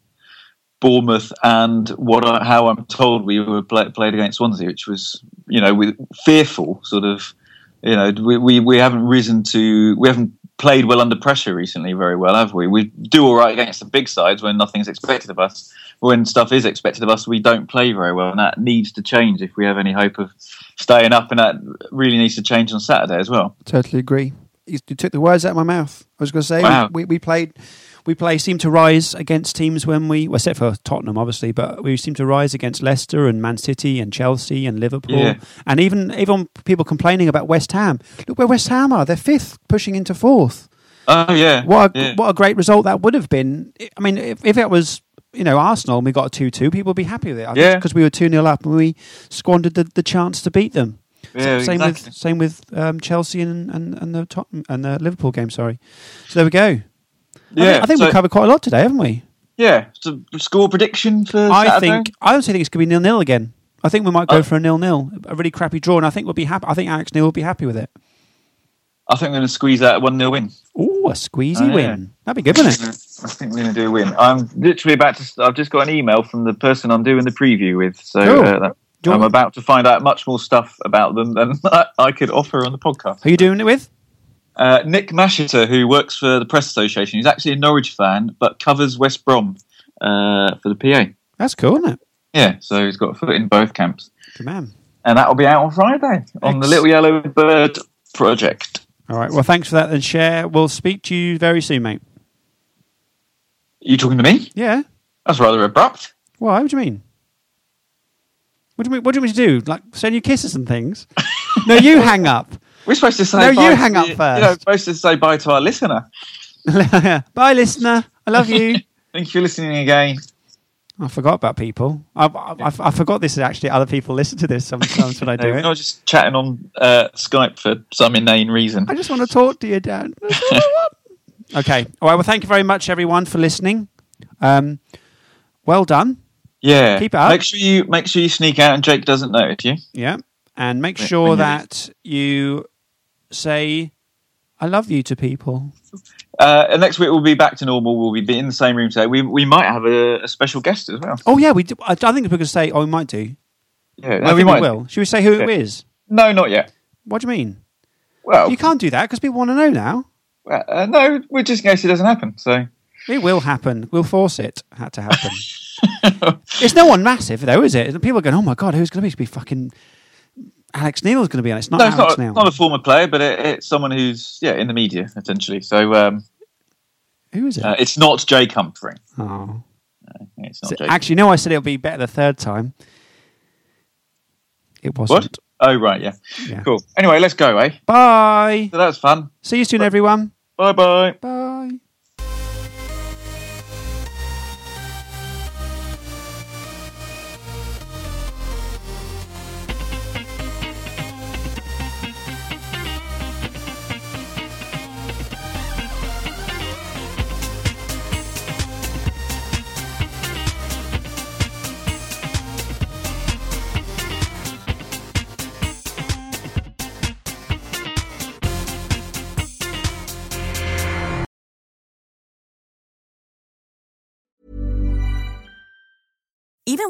[SPEAKER 2] Bournemouth and what I, how I'm told we were play, played against Swansea, which was you know with fearful sort of you know we, we we haven't risen to we haven't played well under pressure recently very well have we we do all right against the big sides when nothing's expected of us when stuff is expected of us we don't play very well and that needs to change if we have any hope of staying up and that really needs to change on Saturday as well
[SPEAKER 1] Totally agree. You, you took the words out of my mouth. I was going to say
[SPEAKER 2] Wow.
[SPEAKER 1] we, we played, we play seem to rise against teams when we, well, except for Tottenham, obviously, but we seem to rise against Leicester and Man City and Chelsea and Liverpool,
[SPEAKER 2] Yeah.
[SPEAKER 1] and even even people complaining about West Ham. Look where West Ham are; they're fifth, pushing into fourth.
[SPEAKER 2] oh yeah
[SPEAKER 1] What a,
[SPEAKER 2] yeah.
[SPEAKER 1] what a great result that would have been. I- I mean, if, if it was you know Arsenal and we got a two two, people would be happy with it. I
[SPEAKER 2] Yeah.
[SPEAKER 1] because we were two 0 up and we squandered the, the chance to beat them.
[SPEAKER 2] Yeah,
[SPEAKER 1] same
[SPEAKER 2] exactly.
[SPEAKER 1] with same with um, Chelsea and, and, and the Tottenham and the Liverpool game. Sorry, so there we go. I
[SPEAKER 2] yeah
[SPEAKER 1] think, I think
[SPEAKER 2] so,
[SPEAKER 1] we covered quite a lot today, haven't we?
[SPEAKER 2] yeah so score prediction for
[SPEAKER 1] I
[SPEAKER 2] Saturday?
[SPEAKER 1] think I honestly think it's going to be nil nil again. I think we might go
[SPEAKER 2] Oh.
[SPEAKER 1] for a nil nil, a really crappy draw, and I think we'll be happy. I think Alex Neil will be happy with it.
[SPEAKER 2] I think we're going to squeeze out a 1 0 win.
[SPEAKER 1] Ooh, a squeezy
[SPEAKER 2] Oh, yeah.
[SPEAKER 1] win. That'd be good, wouldn't it?
[SPEAKER 2] I think we're going to do a win. I'm literally about to. I've just got an email from the person I'm doing the preview with, so
[SPEAKER 1] Cool.
[SPEAKER 2] uh, that,
[SPEAKER 1] Do you
[SPEAKER 2] I'm
[SPEAKER 1] want-
[SPEAKER 2] about to find out much more stuff about them than I, I could offer on the podcast.
[SPEAKER 1] Who you doing it with?
[SPEAKER 2] Uh, Nick Masheter, who works for the Press Association, he's actually a Norwich fan but covers West Brom uh, for the PA.
[SPEAKER 1] That's cool, isn't it?
[SPEAKER 2] Yeah, so he's got a foot in both camps,
[SPEAKER 1] Good man.
[SPEAKER 2] and that'll be out on Friday on the
[SPEAKER 1] Ex-
[SPEAKER 2] Little Yellow Bird project.
[SPEAKER 1] All right. Well, thanks for that, then, Share. We'll speak to you very soon, mate.
[SPEAKER 2] You talking to me?
[SPEAKER 1] Yeah.
[SPEAKER 2] That's rather abrupt.
[SPEAKER 1] Why? What do you mean? What do you mean? What do you mean to do? Like send you kisses and things? no, you hang up.
[SPEAKER 2] We're supposed to say
[SPEAKER 1] No, you
[SPEAKER 2] bye to
[SPEAKER 1] hang up
[SPEAKER 2] the- You know,
[SPEAKER 1] first.
[SPEAKER 2] supposed to say bye to our listener.
[SPEAKER 1] Bye, listener. I love you.
[SPEAKER 2] Thank you for listening again.
[SPEAKER 1] I forgot about people. I, I, I, I forgot this is actually other people listen to this sometimes when I
[SPEAKER 2] No,
[SPEAKER 1] do
[SPEAKER 2] we're
[SPEAKER 1] it.
[SPEAKER 2] not just chatting on uh, Skype for some inane reason.
[SPEAKER 1] I just want to talk to you, Dan. That's all I want. okay. All right. Well, thank you very much, everyone, for listening. Um, well done.
[SPEAKER 2] Yeah,
[SPEAKER 1] Keep it up.
[SPEAKER 2] Make sure you make sure you sneak out, and Jake doesn't notice you.
[SPEAKER 1] Yeah. And make
[SPEAKER 2] When-
[SPEAKER 1] sure
[SPEAKER 2] when you-
[SPEAKER 1] that you say, I love you to people.
[SPEAKER 2] Uh, and next week we'll be back to normal. We'll be in the same room today. We we might have a, a special guest as well.
[SPEAKER 1] Oh, yeah. we. Do, I, I think we're going to say, oh, we might do.
[SPEAKER 2] Yeah,
[SPEAKER 1] I think we will. Should we say who it
[SPEAKER 2] Yeah. Oh.
[SPEAKER 1] is?
[SPEAKER 2] No, not yet.
[SPEAKER 1] What do you mean?
[SPEAKER 2] Well,
[SPEAKER 1] You can't do that because people want to know now.
[SPEAKER 2] uh, no, we're just in case it doesn't happen. So
[SPEAKER 1] It will happen. We'll force it had to happen. it's no one massive though, is it? People are going, "Oh my god, who's going to be? It's gonna be fucking Alex Neil's going to be on." it." It's not
[SPEAKER 2] no, it's
[SPEAKER 1] Alex
[SPEAKER 2] not,
[SPEAKER 1] Neil.
[SPEAKER 2] not a former player, but it, it's someone who's yeah in the media essentially. So um,
[SPEAKER 1] Who is it?
[SPEAKER 2] uh, it's not Jake Humphrey.
[SPEAKER 1] oh,
[SPEAKER 2] It's
[SPEAKER 1] So-
[SPEAKER 2] not Jake.
[SPEAKER 1] actually, no. I said it'll be better the third time. It wasn't.
[SPEAKER 2] what? Oh right, yeah.
[SPEAKER 1] Yeah.
[SPEAKER 2] Cool. Anyway, let's go, eh?
[SPEAKER 1] Bye.
[SPEAKER 2] So that was fun.
[SPEAKER 1] See you soon, everyone.
[SPEAKER 2] Bye bye.
[SPEAKER 1] Bye.
[SPEAKER 6] Even